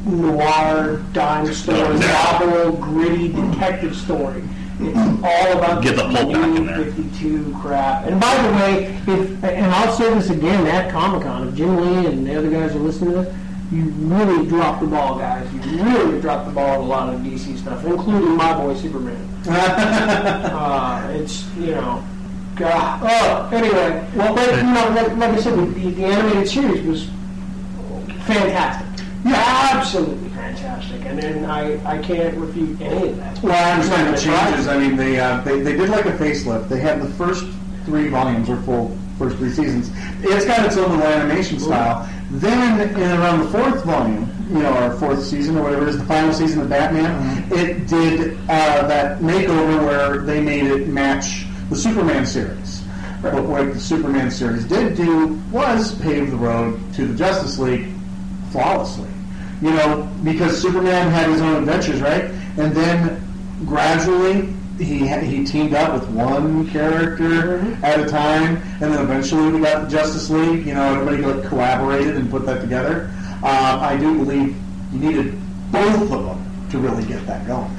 F: noir dime store, novel, gritty detective story. It's all about
G: Get the pulp back in there.
F: 52 crap. And by the way, if and I'll say this again at Comic Con, if Jim Lee and the other guys are listening to this, you really dropped the ball, guys. You really dropped the ball on a lot of DC stuff, including my boy Superman. uh, it's you know, God. Oh, anyway, well, but you know, like, like I said, the, the, the animated series was fantastic. Absolutely fantastic, and then I, I can't refute any of that.
E: Well, I understand the changes. I mean, they, uh, they they did like a facelift. They had the first three volumes or full first three seasons. It's got its own little animation style. Then, in around the fourth volume, you know, or fourth season or whatever it is, the final season of Batman, it did uh, that makeover where they made it match the Superman series. But what the Superman series did do was pave the road to the Justice League flawlessly. You know, because Superman had his own adventures, right? And then gradually he he teamed up with one character
H: Mm-hmm.
E: at a time, and then eventually we got the Justice League. You know, everybody like collaborated and put that together. Uh, I do believe you needed both of them to really get that going.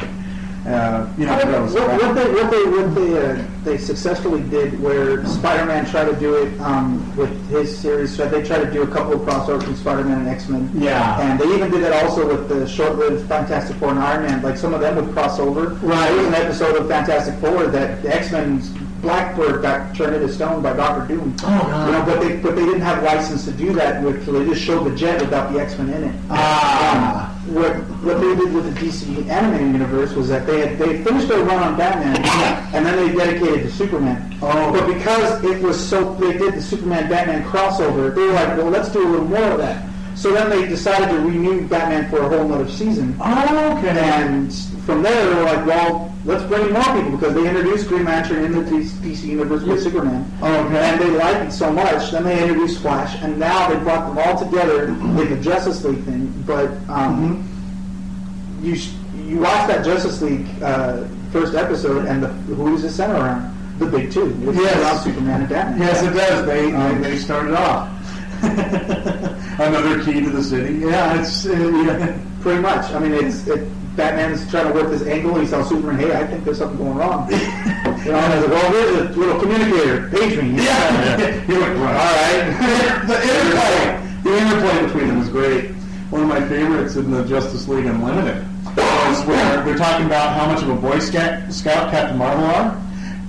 E: Uh, you know, that was-
H: What, what they what they what they uh, they successfully did, where Spider-Man tried to do it um, with his series, so they tried to do a couple of crossovers with Spider-Man and X-Men.
E: Yeah.
H: and they even did that also with the short-lived Fantastic Four and Iron Man. Like some of them would cross over.
E: Right.
H: There was an episode of Fantastic Four that the X-Men's Blackbird got turned into stone by Doctor Doom. Oh,
E: God.
H: You know, but they but they didn't have license to do that with. So they just showed the jet without the X-Men in it.
E: Ah.
H: What what they did with the DC animated universe was that they had they finished their run on Batman and then they dedicated to Superman.
E: Oh.
H: But because it was so they did the Superman Batman crossover, they were like, well, let's do a little more of that. So then they decided to renew Batman for a whole nother season.
E: oh, okay.
H: And from there, they were like, well, let's bring in more people because they introduced Green Lantern into the DC universe with Superman.
E: Okay.
H: And they liked it so much, then they introduced Flash, and now they brought them all together with the Justice League thing. But um,
E: Mm-hmm.
H: you sh- you watch that Justice League uh, first episode, and the, who is it centered around? The big two, which
E: Yes.
H: is around Superman and Batman.
E: Yes, it does. They
H: Um.
E: they, they started off. Another key to the city. Yeah, it's uh, yeah.
H: Pretty much. I mean, it's it, Batman's trying to work this angle. and He tells Superman, "Hey, I think there's something going wrong." you know, and he's like, "Well, there's a little communicator, paging." you know?
E: You're like, "Well, all right. the interplay, the interplay between them is great. One of my favorites in the Justice League Unlimited was where they're talking about how much of a Boy Scout, scout Captain Marvel are,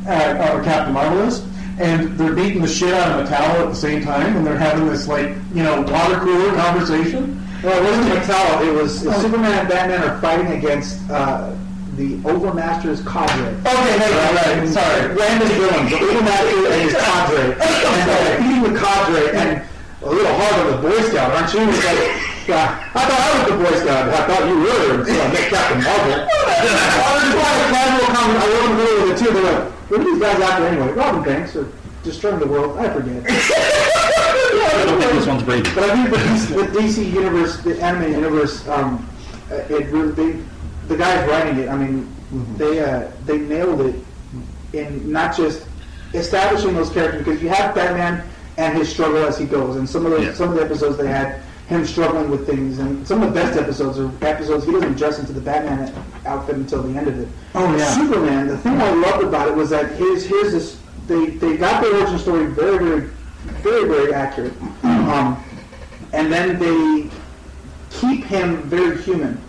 E: uh, or Captain Marvel is, and they're beating the shit out of Metallo at the same time, and they're having this like you know water cooler conversation. Oh,
H: Well, it wasn't Mattel. It was Superman and Batman are fighting against uh, the Overmaster's cadre.
E: Okay, hey, all right, sorry.
H: Random villains, the Overmaster and his cadre, and they're beating the cadre and a little hard on the Boy Scout, aren't you? It's like, "Yeah, I thought I was the Boy Scout. I thought you were until I met Captain Marvel. I was trying to find a little comment. I wrote in the middle of the two. They're like, what are these guys after anyway? Robin Banks or destroying the world? I forget.
G: I don't think this one's breathing.
H: But I think with DC, with DC universe, the anime universe, um, uh, it really they, the guys writing it. I mean,
E: Mm-hmm.
H: they uh, they nailed it in not just establishing those characters because you have Batman and his struggle as he goes, and some of the
G: Yeah.
H: some of the episodes they had him struggling with things, and some of the best episodes are episodes he doesn't dress into the Batman outfit until the end of it.
E: Oh, yeah.
H: Superman. The thing I loved about it was that here's here's this they they got the origin story very very very very accurate, um, and then they keep him very human.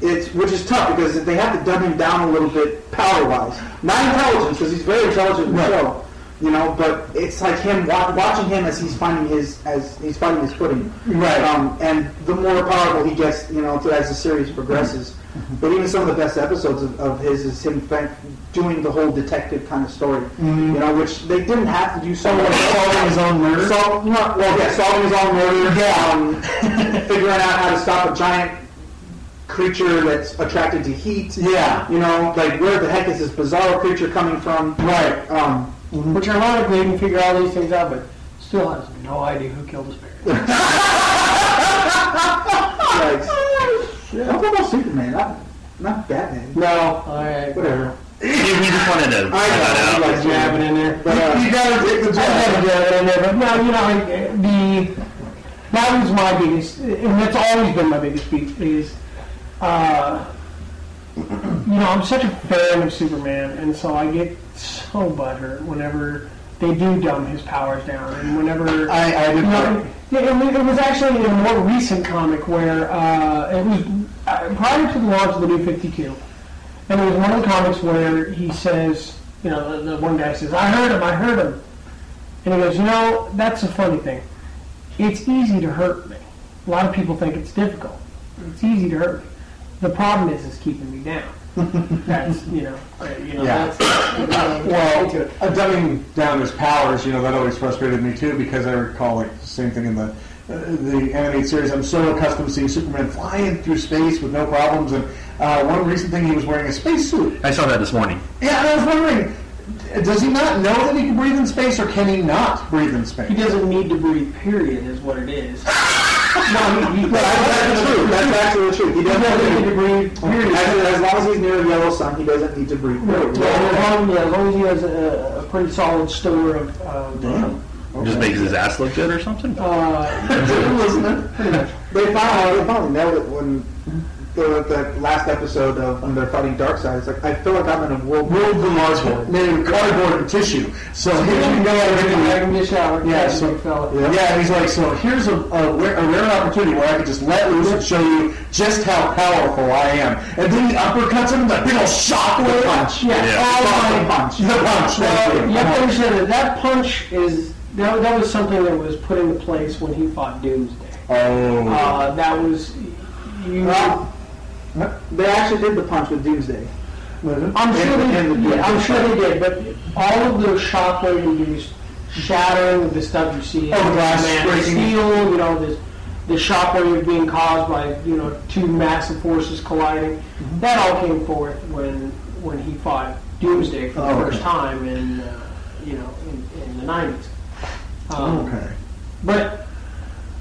H: It's which is tough because they have to dumb him down a little bit power wise, not intelligence because he's very intelligent in the show, you know. But it's like him wa- watching him as he's finding his as he's finding his footing,
E: Right.
H: Um, and the more powerful he gets, you know, as the series progresses.
E: Mm-hmm.
H: But even some of the best episodes of, of his is him fin- doing the whole detective kind of story, you know, which they didn't have to do so much.
E: Mm-hmm. Oh, Solving his own murder.
H: Sol- no, well, yeah, solving his own murder. Um, figuring out how to stop a giant creature that's attracted to heat.
E: Yeah.
H: You know, like where the heck is this bizarre creature coming from?
E: Right.
H: Um,
F: Which ironically, they can figure all these things out, but still has no idea who killed his parents.
H: like, What about Superman? Not, not Batman.
F: no, I
H: Whatever.
G: we just wanted to put
H: I
G: that
H: know.
G: out.
H: Like,
F: jab it in there.
H: But, uh,
E: You gotta take the
F: I
E: job.
F: had to jab it in there, but no, you know, like, uh, the that was my biggest, and that's always been my biggest beef is, uh, you know, I'm such a fan of Superman, and so I get so butthurt whenever they do dumb his powers down, and whenever
E: I, I did
F: No, it, it- it was actually in a more recent comic where uh, it was uh, prior to the launch of the new 52. And it was one of the comics where he says, you know, the, the one guy says, I heard him, I heard him. And he goes, you know, that's the funny thing. It's easy to hurt me. A lot of people think it's difficult. It's easy to hurt me. The problem is, it's keeping me down. that's, you know, uh, you know
E: Yeah.
F: that's, uh,
E: Well, uh, dumbing down his powers, you know, that always frustrated me too because I recall like the same thing in the uh, the animated series. I'm so accustomed to seeing Superman flying through space with no problems, and uh, one recent thing he was wearing a space suit.
G: I saw that this morning.
E: Yeah, and I was wondering, d- does he not know that he can breathe in space, or can he not breathe in space?
F: he doesn't need to breathe, period, is what it is. no, he, he,
H: That's the truth. That's actually the truth. He doesn't need to breathe. Period. Actually, as long as he's near the yellow sun, he doesn't need to breathe.
F: Yeah, as long, yeah, as long as he has a, a pretty solid store of. of
G: Just makes his ass look good or something.
F: uh,
H: They finally, they finally nailed it when the, the last episode of when they're fighting Darkseid. It's like I feel like I'm in a world.
E: Rolled from cardboard, made of cardboard and tissue. So he didn't know
F: back in
E: everything.
F: the shower.
E: Yeah,
F: that's a
E: so-
F: big fella.
E: Yeah, and he's like, so here's a, a, rare- a rare opportunity where I could just let loose and show you just how powerful I am. And then he uppercuts him with a big old shockwave. punch.
F: Yeah.
G: Yeah.
E: Oh,
H: The
E: my
H: punch.
E: The punch. thank
F: Well,
E: you.
F: you have to understand that that punch is that, that was something that was put into place when he fought Doomsday.
E: Oh. Uh,
F: Uh, that was you.
H: Well, They actually did the punch with Doomsday.
F: I'm sure
H: and- and
F: they,
H: the-
F: yeah, I'm sure they did, but all of the shockwave induced shattering of the stuff you see, in
E: Oh, glass
F: Man of
E: breaking.
F: steel, you know, this the shockwave being caused by you know two massive forces colliding,
E: Mm-hmm.
F: that all came forth when when he fought Doomsday for the
E: Oh,
F: first
E: okay.
F: time in uh, you know in, in the nineties.
E: Oh,
F: Um,
E: Okay.
F: but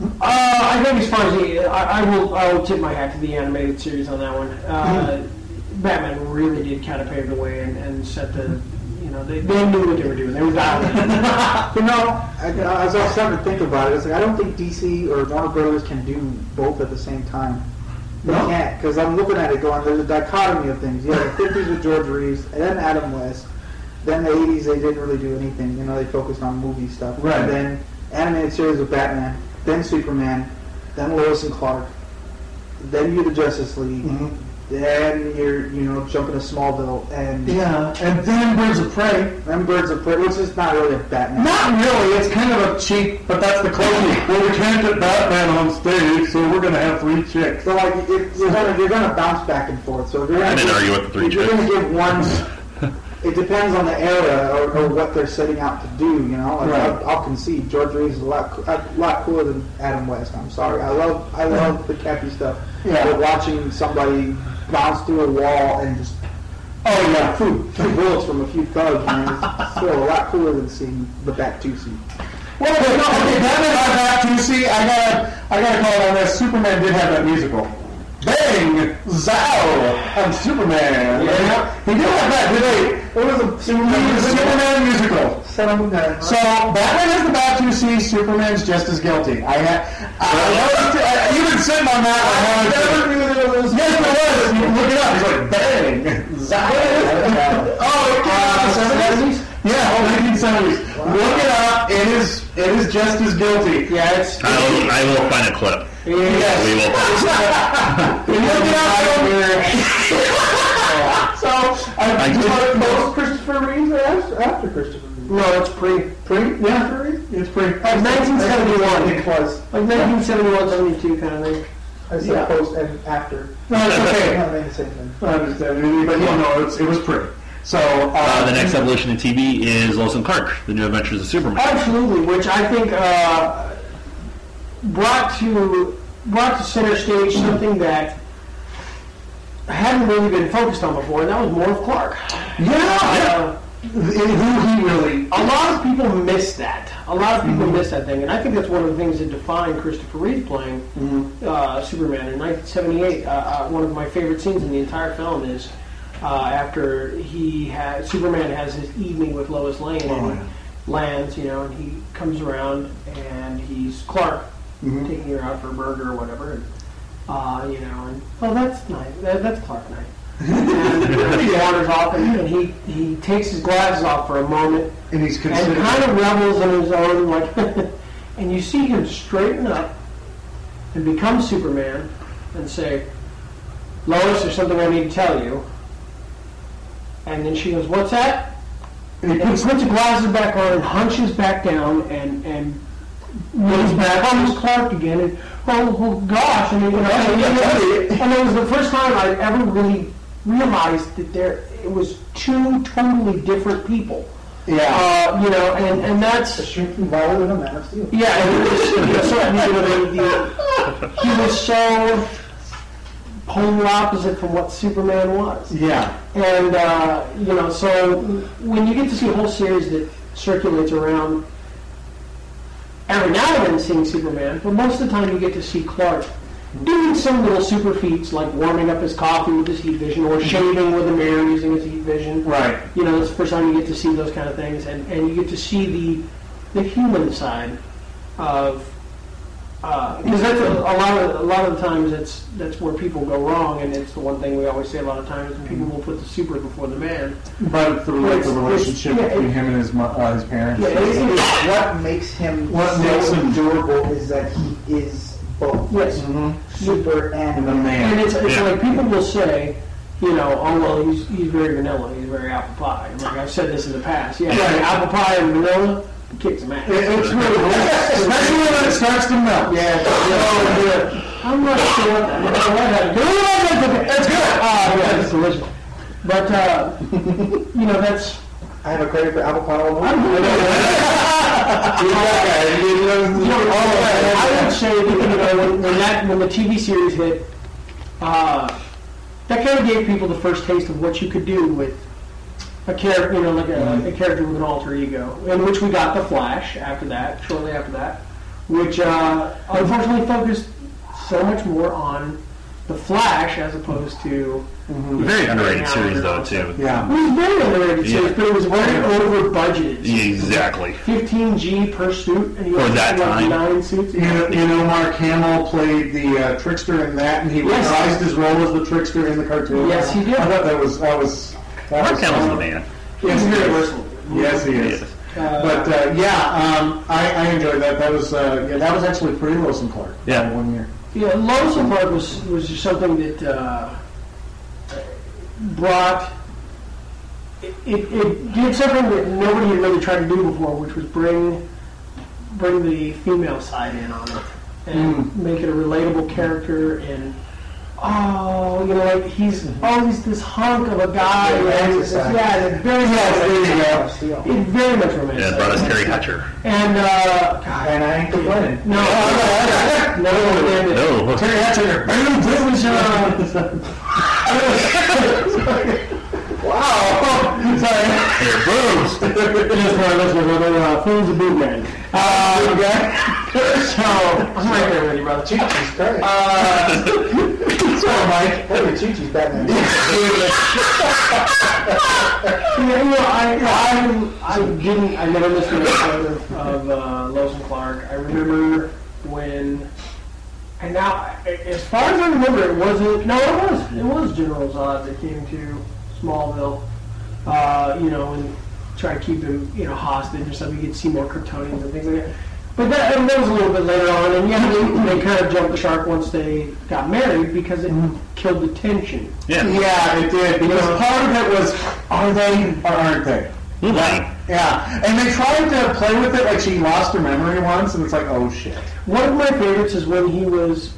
F: uh, I think as far as the, I, I will, I will tip my hat to the animated series on that one. Uh, Batman really did kind of pave the way and, and set the, you know, they, they knew what they were doing. They were dialing. in.
H: But no, I, I- as I was starting to think about it, it's like I don't think DC or Warner Brothers can do both at the same time. They
E: No.
H: can't because I'm looking at it going. There's a dichotomy of things. You have the 50s with George Reeves, then Adam West, then the 80s. They didn't really do anything. You know, they focused on movie stuff.
E: Right.
H: And then animated series with Batman, then Superman, then Lois and Clark, then you're the Justice League,
E: Mhm.
H: then you're you know jumping to Smallville, and
E: Yeah. And then Birds of Prey.
H: then Birds of Prey, which is not really a Batman.
E: Not really. It's kind of a cheap, but that's the closing. well, we can't get Batman on stage, so we're gonna have three chicks.
H: So like it, you're gonna you're gonna bounce back and forth. So if you're gonna
G: I didn't
H: give-
G: argue with the three
H: if You're
G: chicks.
H: gonna give one. It depends on the era or, or what they're setting out to do. You know, like
E: Right.
H: I'll, I'll concede George Reeves is a lot coo- a lot cooler than Adam West. I'm sorry. I love I love the cappy stuff.
E: Yeah.
H: But watching somebody bounce through a wall and just
E: Oh yeah, food.
H: two bullets from a few thugs, man, is still a lot cooler than seeing the Batusi.
E: Well, but no, okay, Batman I have to see. I gotta, I gotta call it on this. Superman did have that musical. Bang! Zow! I'm Superman.
F: Yeah.
E: He did have that, did he?
H: It was a
E: He was a
H: Superman.
E: Superman musical. uh, So Batman is the bad to see. Superman's just as guilty. I, ha- I, I, I, you sitting on that. I never knew that it was. Yes, it was. You look it up. He's like, bang. Zion. oh, it came out in the 70s? Yeah, oh, 1970s. Look it up. It is, it is just as guilty.
F: Yeah, it's.
G: I will, I will find a clip.
E: Yes.
G: We will.
E: You look it up. So, I,
G: I
E: I
G: did-
E: just most
H: Christopher Reeves or after Christopher Reeves?
F: No, it's pre.
E: pre, yeah, it's pre.
F: Like 1971.
H: It was.
F: Like 1971, 72 kind of thing.
H: I said
E: Yeah.
H: post and after.
E: No, it's
H: They're
E: okay.
H: not the same thing.
E: I understand, but yeah, no, it's, it was pre. So, uh,
G: Uh, the next evolution in TV is Lois and Clark, The New Adventures of Superman.
F: Absolutely, which I think uh, brought to brought to center stage something that hadn't really been focused on before, and that was Morph Clark.
E: yeah,
F: Uh,
E: in who he really
F: a lot of people miss that. A lot of people miss that thing, and I think that's one of the things that defined Christopher Reeve playing uh, Superman in 1978. Uh, uh, one of my favorite scenes in the entire film is uh, after he has Superman has his evening with Lois Lane and lands, you know, and he comes around and he's Clark taking her out for a burger or whatever, and uh, you know, and oh, that's nice. That, that's Clark night. and he wanders off, and, and he he takes his glasses off for a moment,
E: and he's
F: and
E: considered.
F: kind of revels in his own like and you see him straighten up and become superman and say lois there's something i need to tell you and then she goes what's that and he puts puts the glasses back on and hunches back down and and Goes back comes Clark again, and oh, oh gosh, and, you know, and, it was- and it was the first time I ever really realized that there it was two totally different people.
E: yeah.
F: Uh, you know, and, and
H: A
F: that's
H: shrinking violet and a man of steel.
F: yeah. And it was, you know, so, you know, the, the, he was so polar opposite from what Superman was,
E: yeah.
F: and uh, you know, so when you get to see a whole series that circulates around every now and then seeing Superman, but most of the time you get to see Clark. Doing some little super feats like warming up his coffee with his heat vision or shaving with a mirror using his heat vision
E: Right.
F: you know, it's the first time you get to see those kind of things, and, and you get to see the the human side of because that's a, a lot of a lot of the times that's that's where people go wrong, and it's the one thing we always say a lot of times: people will put the super before the man.
E: But it's the, like, the
F: It's-
E: relationship
F: it's- yeah,
E: between
F: it-
E: him and his mo- uh, his parents.
F: Yeah, it-
H: Basically, what makes him
E: What
H: so
E: makes him-
H: durable is that he is both Mm-hmm.
F: Yes,
H: super and
E: The man.
F: and it's, it's
G: Yeah.
F: like people will say. You know, oh well, he's he's very vanilla. He's very apple pie. And Like I've said this in the past. Yeah,
E: Yeah.
F: apple pie and vanilla kicks him ass.
E: It- it's really, especially when it starts to melt.
F: Yeah. Oh, yeah. I'm not sure what that, what that That's good. Ah, yeah, it's delicious. But, uh, you know, that's,
H: I have a credit for apple pie all over.
F: you know, I would say that, you know, when, when that, when the TV series hit, uh, that kind of gave people the first taste of what you could do with a character, you know, like
G: Mm-hmm.
F: a, a character with an alter ego, in which we got the Flash after that, shortly after that, which uh, unfortunately focused so much more on the Flash as opposed to
G: Very underrated series, though, too.
E: Yeah.
F: It was very underrated
G: Yeah.
F: series, but it was very over budgeted.
G: Yeah, exactly.
F: 15G per suit, and you
G: For
F: only
G: that
F: had, like
G: time.
F: nine suits.
E: You know, you know, Mark Hamill played the uh, trickster in that, and he
F: Yes.
E: reprised his role as the trickster in the cartoon.
F: Yes, he did.
E: I thought that was that was. That
G: Mark
E: was
G: Hamill's the man.
E: Yes, he
F: Very
E: is.
F: versatile.
E: Yes, he is.
G: Yes.
F: Uh,
E: But uh, yeah, um, I, I enjoyed that. That was uh, yeah, that was actually pretty Wilson Clark.
G: Yeah.
E: uh, one year.
F: Yeah, Lois and Clark was, was just something that uh, brought. It, it, it did something that nobody had really tried to do before, which was bring bring the female side in on it and make it a relatable character. And oh, you know, like he's always this hunk of a guy.
H: Yeah,
F: and it's-
H: romanticized.
F: yeah, it's very much,
H: Man of steel.
F: it very much
G: Yeah, it brought us
F: romantic.
G: Terry Hatcher.
F: And uh, God,
H: And I ain't complaining.
F: no, no, no, no, no, no.
G: No.
E: Terry Hatcher. Boom, boom, Wow. Sorry.
G: Your boobs.
F: Just for our listeners, we're going uh, Fool's a Boot Man. Uh, So, I'm right there with you, brother.
H: Chi-Chi's crazy.
E: Sorry, Mike.
H: What are Uh, Chi-Chi's Batman?
F: You know, you know, I, I, I didn't, I never listened to an episode of, of uh, Lois and Clark. I remember when And now, a- as far as I remember, it wasn't. No, it was. It was General Zod that came to Smallville, uh, you know, and tried to keep him, you know, hostage or something. You could see more Kryptonians and things like that. But that, and that was a little bit later on, and yeah, they, they kind of jumped the shark once they got married because it killed the tension.
G: Yeah.
E: Yeah, it did. Because part of it was, are they or aren't they?
G: Right.
E: Yeah, and they tried to play with it like she lost her memory once, and it's like, oh shit.
F: One of my favorites is when he was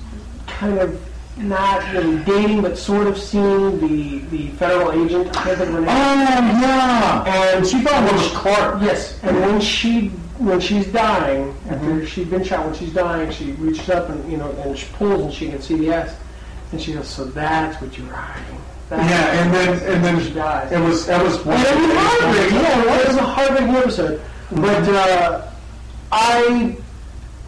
F: kind of not really dating, but sort of seeing the, the federal agent. I can't think of her name.
E: Oh yeah,
F: And
E: and she thought it was Clark.
F: Yes, and when she when she's dying,
E: Mm-hmm.
F: after she's been shot, when she's dying, she reaches up and you know and she pulls and she can see the S, and she goes, "So that's what you were hiding." That's
E: Yeah, and then and then
F: She dies.
E: it was that was one.
F: Yeah, it was heartbreaking. Yeah, it was a heartbreaking episode. But uh, I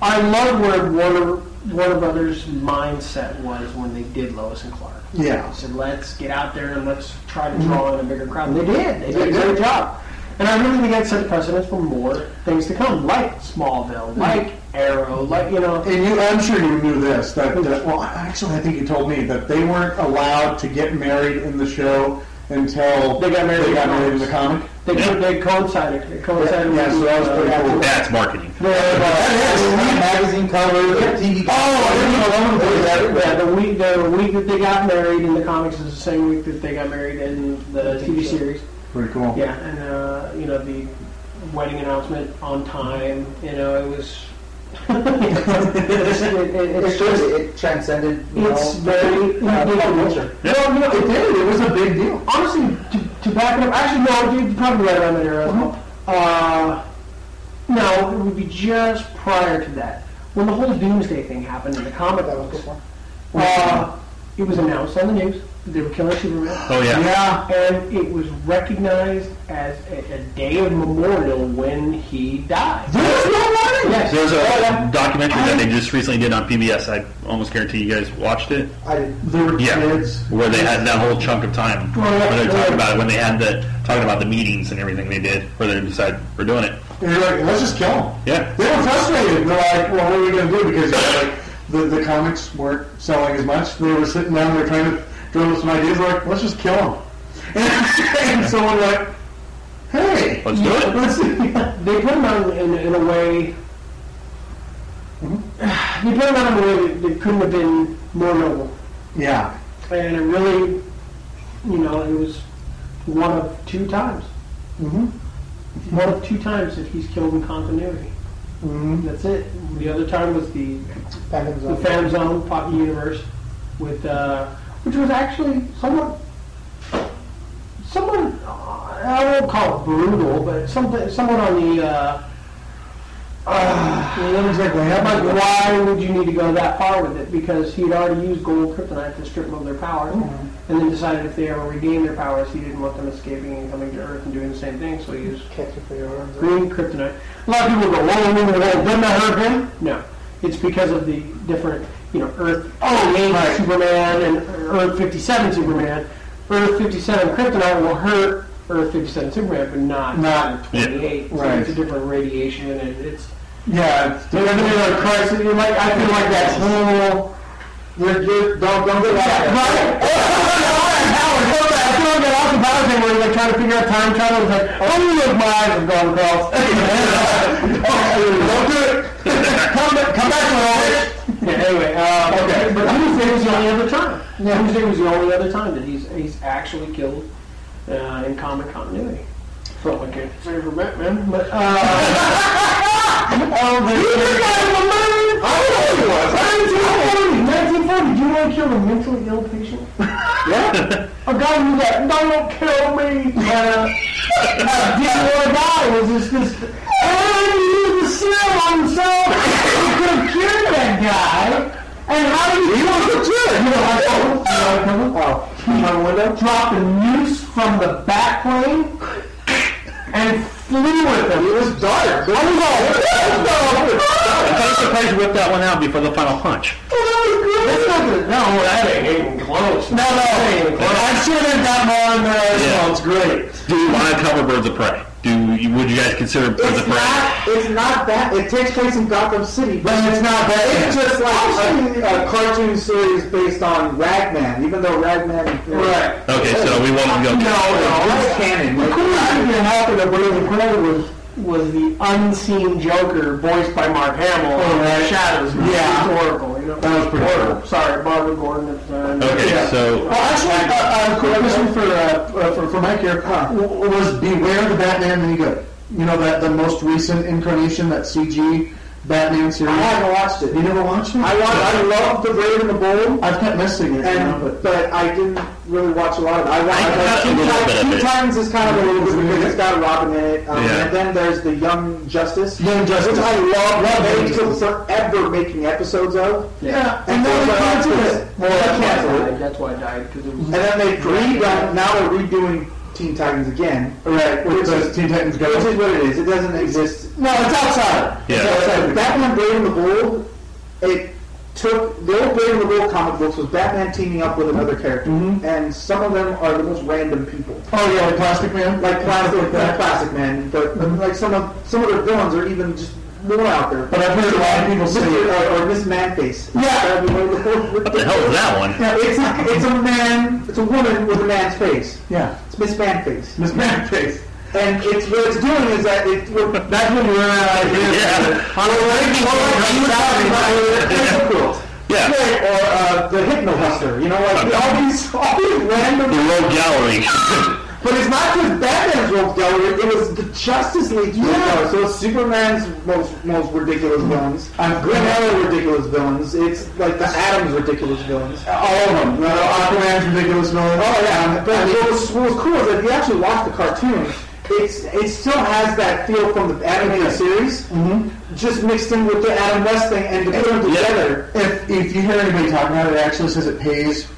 F: I love where Warner Warner Brothers' mindset was when they did Lois and Clark.
E: Yeah. Mm-hmm.
F: They said, let's get out there and let's try to draw in a bigger crowd. And they did. They did a great job. And I really think that set the precedent for more things to come, like
E: Mm-hmm.
F: Smallville, like Arrow, like you know.
E: And you, I'm sure you knew this. That, that well, actually, I think you told me that they weren't allowed to get married in the show until
F: They got married
E: They got
F: in the
E: married in the comic.
F: They, they coincided. They coincided.
E: Yeah, so that was pretty
F: with, uh,
E: cool.
G: That's marketing.
H: magazine cover, TV.
E: Oh, I didn't know
F: Yeah, the week the week that they got married in the comics is the same week that they got married in the TV series.
E: Pretty cool.
F: Yeah, and uh, you know the wedding announcement on time. You know it was. it's, it, it,
H: It's
F: it's
H: just,
F: just.
H: it transcended, you
F: It's
H: know,
F: very
H: uh, pop culture.
F: individual. No, no, it did. It was a big deal. Honestly, to, to back it up, actually, no, it'd be probably right around that era as well.
H: Uh-huh.
F: Uh, no, it would be just prior to that when the whole Doomsday thing happened in the comic
H: That was
F: books.
H: before.
F: Uh, it was announced on the news that they were killing Superman.
G: Oh yeah.
E: Yeah.
F: And it was recognized as a, a day of memorial when he died.
E: There's no money.
F: Yes.
G: There's a documentary that they just recently did on PBS. I almost guarantee you guys watched it.
H: I did.
E: There were
G: Yeah,
E: kids.
G: where they had that whole chunk of time when they were talking about it, when they had the talking about the meetings and everything they did, where they decided we're doing it.
E: And you're like, let's just kill them.
G: Yeah,
E: They were frustrated. They're like, well, what are we going to do? Because like, the, the comics weren't selling as much. They were sitting down, they were trying to drum up some ideas. They're like, let's just kill them. And, and someone like, hey,
G: let's do it.
E: let's
F: They put him out in, in a way.
H: Mm-hmm.
F: They put him out in a way that, that couldn't have been more noble.
E: Yeah.
F: And it really, you know, it was one of two times. Mm-hmm. One of two times that he's killed in continuity. Mm-hmm. That's it. The other time was the
H: Phantom
F: the
H: Zone.
F: Phantom Zone Pocket Universe, with uh, which was actually somewhat, somewhat uh, I won't call it brutal, but something somewhat on the. Uh, uh,
E: Exactly. How
F: like,
E: about
F: why would you need to go that far with it? Because he'd already used gold kryptonite to strip them of their power, and then decided if they ever regained their powers, he didn't want them escaping and coming to Earth and doing the same thing, so he used
H: Catch it for your arms.
F: green kryptonite. A lot of people go, "Well, we were well, didn't that hurt him?" No, it's because of the different, you know, Earth oh, 8
E: Right.
F: Superman and Earth 57 Superman. Earth 57 kryptonite will hurt Earth 57 Superman, but not
E: Not-
F: Earth 28. So
E: Right.
F: it's a different radiation, and it's
E: Yeah. it's-
F: They're gonna be like, "Christ, you like- I feel like that's
E: whole. You're, you're, don't, don't get out
F: Right? I feel like I lost the battle thing where he's like trying to figure out time travel. It's like, oh, look, my eyes have gone across.
E: Don't do it. come, back- come back to
F: Yeah, anyway, uh,
E: Okay.
F: but Tuesday was the only other time. Tuesday was the only other time that he's he's actually killed uh, in comic continuity. Well, I can't say for Batman, but uh,
E: Oh, I don't know what it was. I didn't do it.
F: 1940, you want to kill a mentally ill patient?
E: Yeah.
F: A guy who's like, don't kill me. Uh, I didn't want to die. It was just this. I didn't use the serum on himself. You could have cured that guy. And how did you? He was a cure. You know, I told you know, I told him.
H: Oh,
F: my window, dropped a noose from the back plane, and flew with them.
E: It was dark.
F: I was all,
G: I'm kind of surprised you whipped that one out before the final punch.
F: That's not gonna, no, that ain't even close.
E: No, no. I should have got more in there.
G: Yeah.
E: Yeah. It's great.
G: Do you want to cover Birds of Prey? Do you, would you guys consider Birds of
H: It's
G: Prey?
H: not. It's not that. It takes place in Gotham City, but
E: But it's not Oh, that.
H: it's just like a, a cartoon series based on Ragman. Even though Ragman,
E: Right.
G: Okay, so we won't go.
H: no, that's canon.
F: The coolest thing that happened at Birds of Prey was was the unseen Joker voiced by Mark Hamill.
E: Oh, right.
F: Shadows.
E: Yeah.
F: Oracle. You know.
E: That was pretty
F: Oracle.
E: cool.
F: Sorry, Barbara Gordon. uh, at the time.
G: Okay,
E: Yeah.
G: so
E: Well, actually, uh, uh, quick question for, uh, uh, for for Mike here
H: Huh.
E: W- was Beware the Batman any good? You know that the most recent incarnation, that CG Batman series.
H: I haven't watched
E: You
H: it.
E: never watched it?
H: I watched. I love The Brave and the Bold.
E: I've kept missing it. you know,
H: And
E: but
H: but, I didn't really watch a lot of it. I watched
G: I
H: I
G: got a
H: Teen,
G: little bit of
H: Titans,
G: it.
H: Teen Titans is kind of a little bit because it's got Robin in it. Um,
G: Yeah.
H: And then there's the Young Justice.
E: Young Justice.
H: Which I love.
E: Love
H: they
E: Young
H: took forever making episodes of.
E: yeah, and
H: And
E: then
H: so uh,
E: they
H: I-
E: canceled it.
H: Well,
F: That's why I
H: canceled.
F: died. That's why I died because it was.
H: And then they redone. Now they're redoing Teen Titans again,
E: Right,
H: Which
E: with the
H: is-
E: Teen Titans Go.
H: which is what it is. It doesn't exist.
E: No, it's outside.
G: Yeah.
E: It's outside.
H: But Batman Brave and the Bold. It took the old Brave and the Bold comic books was Batman teaming up with another character,
E: Mm-hmm.
H: and some of them are the most random people.
E: Oh yeah, like Mm-hmm. Plastic Man.
H: like plastic, not plastic man, but but like some of some of their villains are even just more out there.
E: But I've heard a lot of people say
H: Mister or, or Miss Manface.
E: Yeah.
H: what
G: what the hell is that one?
H: Yeah, it's it's a man, it's a woman with a man's face.
E: Yeah,
H: It's Miss Manface,
E: Miss Manface.
H: and it's what it's doing is that it. We're,
E: That's when you run out of ideas.
G: Yeah. Yeah.
H: Or uh, the hypnohuster, you know, like all these, all these random
G: The Rogue Gallery.
H: But it's not just Batman's rogue gallery, it was the Justice League rogue gallery. So it's Superman's most most ridiculous villains.
E: I'm-
H: Green Arrow ridiculous villains. It's like the Adam's ridiculous villains. Oh
E: All of them. Uh, Aquaman's ridiculous villain.
H: yeah, but what was, what was cool is that if you actually watch the cartoon, it's it still has that feel from the animated series, just mixed in with the Adam West thing and to put them
G: Yeah.
H: together.
E: If, if you hear anybody talking about it, it actually says it pays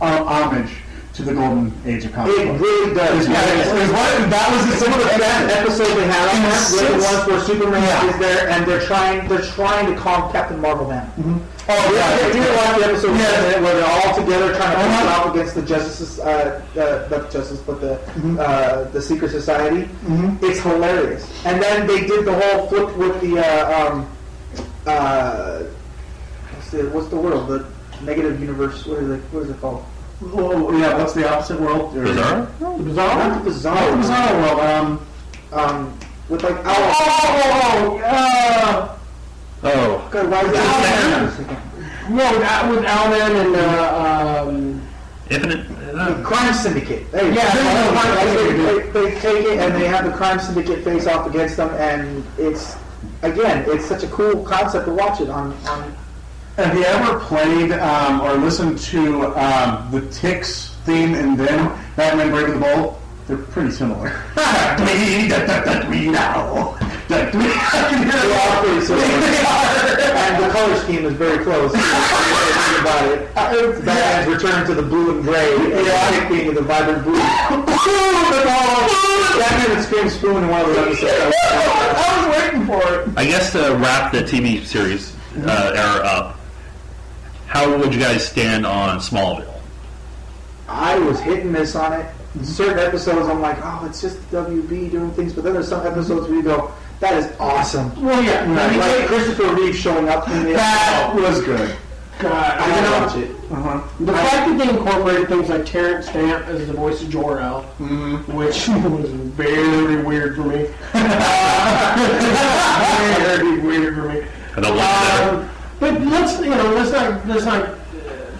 E: uh, homage to the golden age of comic
H: It
E: books.
H: really does.
E: It's what- it's what- that was the- some of the
H: That
E: best.
H: episode they had on that were the
E: Six.
H: ones where Superman
E: Yeah.
H: is there and they're trying they're trying to calm Captain Marvel down.
E: Oh
H: Yeah, if you
E: yeah.
H: watch the episode
E: Yeah.
H: where they- where they're all together trying to
E: Uh-huh.
H: push it off against the Justice, uh, uh, not the Justice, but the
E: Mm-hmm.
H: uh, the Secret Society, it's hilarious. And then they did the whole flip with the uh, um, uh, what's the what's the world the negative universe? What is it? What is it called?
E: Oh, yeah. What's the opposite world? Or-
G: Bizarro?
H: Not
E: Bizarro.
H: the
E: Oh,
H: bizarre.
E: Bizarro world. Um.
H: Um, with like owl.
E: Oh, oh, oh, oh. Uh,
G: Oh.
H: God, why is that?
F: No, that was Alman and uh, um,
G: Infinite. uh,
H: Crime Syndicate. There you
F: Yeah,
H: go.
F: that's what I'm
H: They- they, they take it and they have the Crime Syndicate face off against them, and it's again, it's such a cool concept to watch it on. on
E: have you ever played um, or listened to um, the Ticks theme and then Batman Breaking the Bowl? They're pretty similar. Me, da, da, da, me now. Da, me. I can hear
H: they
E: it.
H: are pretty similar, and the color scheme is very close. If you think about it. Batman's return to the blue and gray, and
E: Yeah.
H: yeah. being in the vibrant blue. Batman and Scream Spoon in one of the episodes.
E: I was waiting for it.
G: I guess to wrap the TV series uh, era up, how would you guys stand on Smallville?
H: I was hit and miss on it. Certain episodes, I'm like, oh, it's just WB doing things, but then there's some episodes where you go, that is awesome.
F: well, yeah, I mean,
H: Like Christopher Reeve showing up in the
E: That was good.
F: God,
H: I
F: you
H: didn't
F: know,
H: watch it.
F: The fact that they incorporated things like Terrence Stamp as the voice of Jor-El,
H: Mm-hmm.
F: which was very weird for me. very weird for me.
G: I don't like
F: Um, but let's you know let's not let's not uh,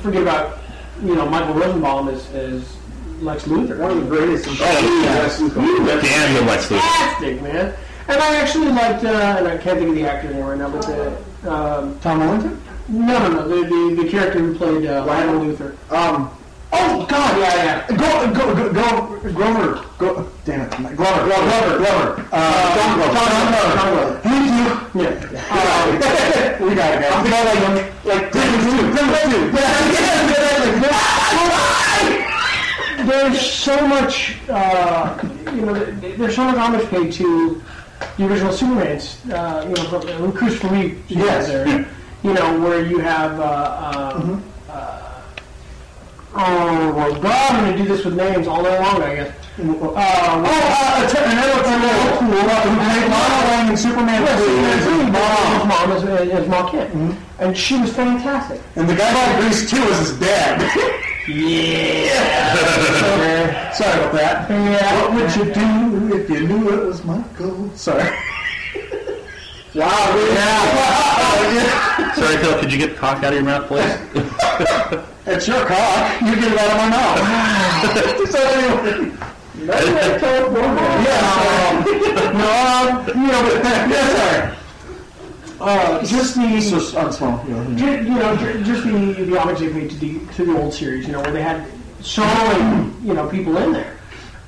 F: forget about you know Michael Rosenbaum as, as Lex Luthor.
H: One of the greatest. in-
G: that. Damn, you Lex Luthor.
F: fantastic man. And I actually liked, uh, and I can't think of the actor's name right now, but the, um,
E: Tom Ellington?
F: no, no, no, the, the, the character who played uh, Lionel Luthor.
H: Um,
E: Oh God!
F: Yeah,
E: yeah. Go, go, go, go Grover. Go, damn it, Glover, Glover, Glover, Glover. Uh, John Glover. John Glover. John Glover. Thank you.
F: Yeah.
E: Uh, we got it, guys. I'm thinking like, like Grimmers two, Grimmers two.
F: there's so much, uh, you know, th- there's so much homage paid to the original Superman's, uh, you know, from, when Christopher Reeve was
E: Yes.
F: there, you know, where you have, um, uh, uh, Oh, well, God, I'm going to do this with names all day long, I guess. Uh,
E: Oh, uh, t- another fellow who played Lana Lang in Superman
F: Yes,
E: II
F: his
E: is his mom.
F: mom is, is Ma Kent. And she was fantastic.
E: And the guy by Grease 2 is his dad. yeah. Sorry about that.
F: Yeah.
E: What would you do if you knew it was Michael? Sorry. wow, yeah.
G: Sorry, Phil, could you get the cock out of your mouth, please? Oh,
E: it's your cock. You get it out of my mouth. so anyway. Yeah. um, no, um, you know, but yeah,
F: Uh, just the
E: sorry. So, I'm small. you know.
F: Ju- you know, ju- just the, the homage they've made to the, to the old series, you know, where they had so many, you know, people in there.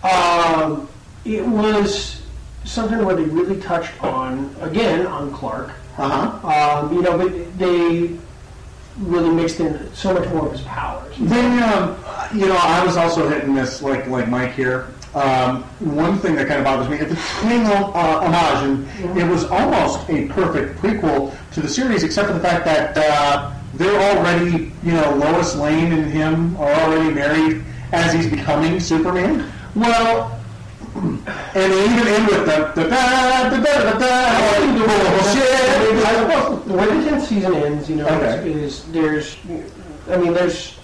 F: Um, it was something where they really touched on, again, on Clark.
E: Uh-huh.
F: Um, you know, but they really mixed in so much more of his powers.
E: Then, um, you know, I was also hitting this, like like Mike here. Um, one thing that kind of bothers me, it's a tiny little uh, homage, and it was almost a perfect prequel to the series, except for the fact that uh, they're already, you know, Lois Lane and him are already married as he's becoming Superman. Well, and they even end with the da da da da da da da.
F: The way the tenth season ends, you know,
E: Okay.
F: is, is there's, I mean, there's,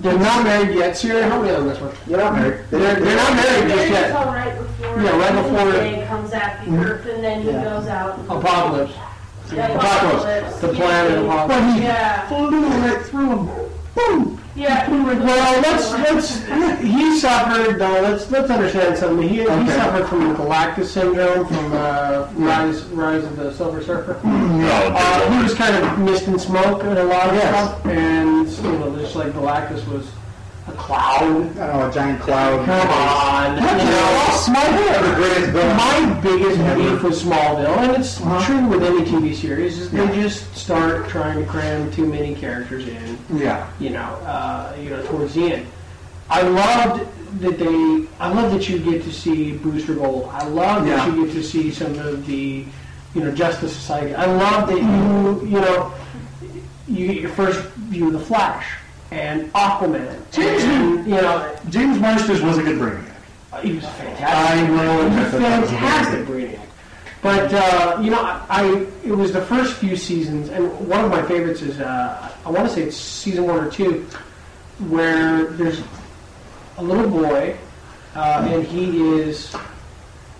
F: they're not married yet. Sierra, help me out on this one.
H: They're not married.
F: They're, they're not married just
I: It's
F: yet.
I: all right before.
F: Yeah, right before- Mm-hmm.
I: Day comes after Earth, and then he
F: Yeah.
I: goes out. and-
F: Apocalypse.
I: Yeah,
E: Apocalypse.
F: The planet of Apocalypse.
E: But he
I: Yeah,
E: flew right through him. Boom.
I: yeah.
F: Well, let's let's. He suffered though. Let's let's understand something. He, he
E: Okay.
F: suffered from Galactus syndrome from uh, rise rise of the Silver Surfer. Uh, he
G: Oh,
F: was kind of mist and smoke and a lot of
E: Yes.
F: stuff, and you know, just like Galactus was a cloud.
H: I don't know, Oh, a giant cloud.
F: Come on, you know.
H: The greatest villain.
F: My biggest beef with Smallville, and it's true with any TV series, is they
E: Uh-huh. Yeah.
F: just start trying to cram too many characters in.
E: Yeah.
F: you know, uh, you know, towards the end. I loved that they. I love that you get to see Booster Gold. I love
E: Yeah.
F: that you get to see some of the, you know, Justice Society. I love that you, you know, you get your first view of the Flash and Aquaman. And, you know,
E: James Marsters was a good brainiac.
F: Uh, he was fantastic.
E: I will admit that that was a good
F: fantastic
E: brainiac.
F: Brainiac. But uh, you know, I, I it was the first few seasons, and one of my favorites is uh, I want to say it's season one or two, where there's a little boy, uh, and he is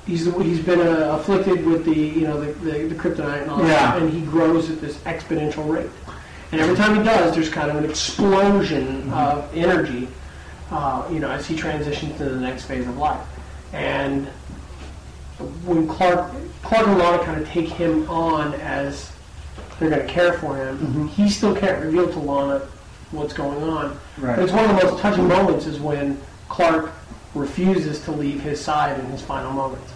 F: he's the- he's been uh, afflicted with the you know the, the, the kryptonite and all
E: Yeah.
F: that, and he grows at this exponential rate, and every time he does, there's kind of an explosion of energy, uh, you know, as he transitions to the next phase of life, and when Clark Clark and Lana kind of take him on as they're going to care for him, he still can't reveal to Lana what's going on.
E: Right.
F: But it's one of the most touching moments is when Clark refuses to leave his side in his final moments,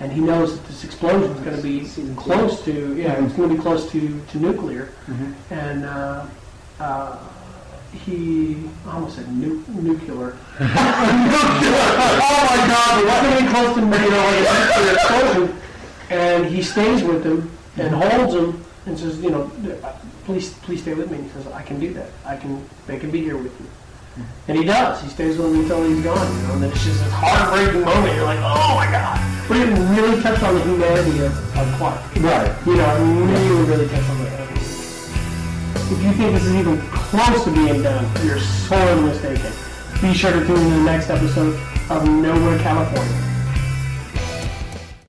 F: and he knows that this explosion is going to be close to yeah, it's going to be close to to nuclear, and. Uh, uh, he I almost said nu- nuclear.
E: Oh my god,
F: He
E: what?
F: wasn't even close to me, you know, like a nuclear explosion. And he stays with him and holds him and says, you know, please, please stay with me. And he says, I can do that. I can, they can be here with you. And he does. He stays with him until he's gone. You know, and then it's just this heartbreaking moment. You're like, oh my god. But it really touched on the humanity of, of Clark.
E: Right.
F: You know, it really, really touched on the humanity. If you think this is even close to being done, you're sorely mistaken. Be sure to tune in to the next episode of Nowhere California.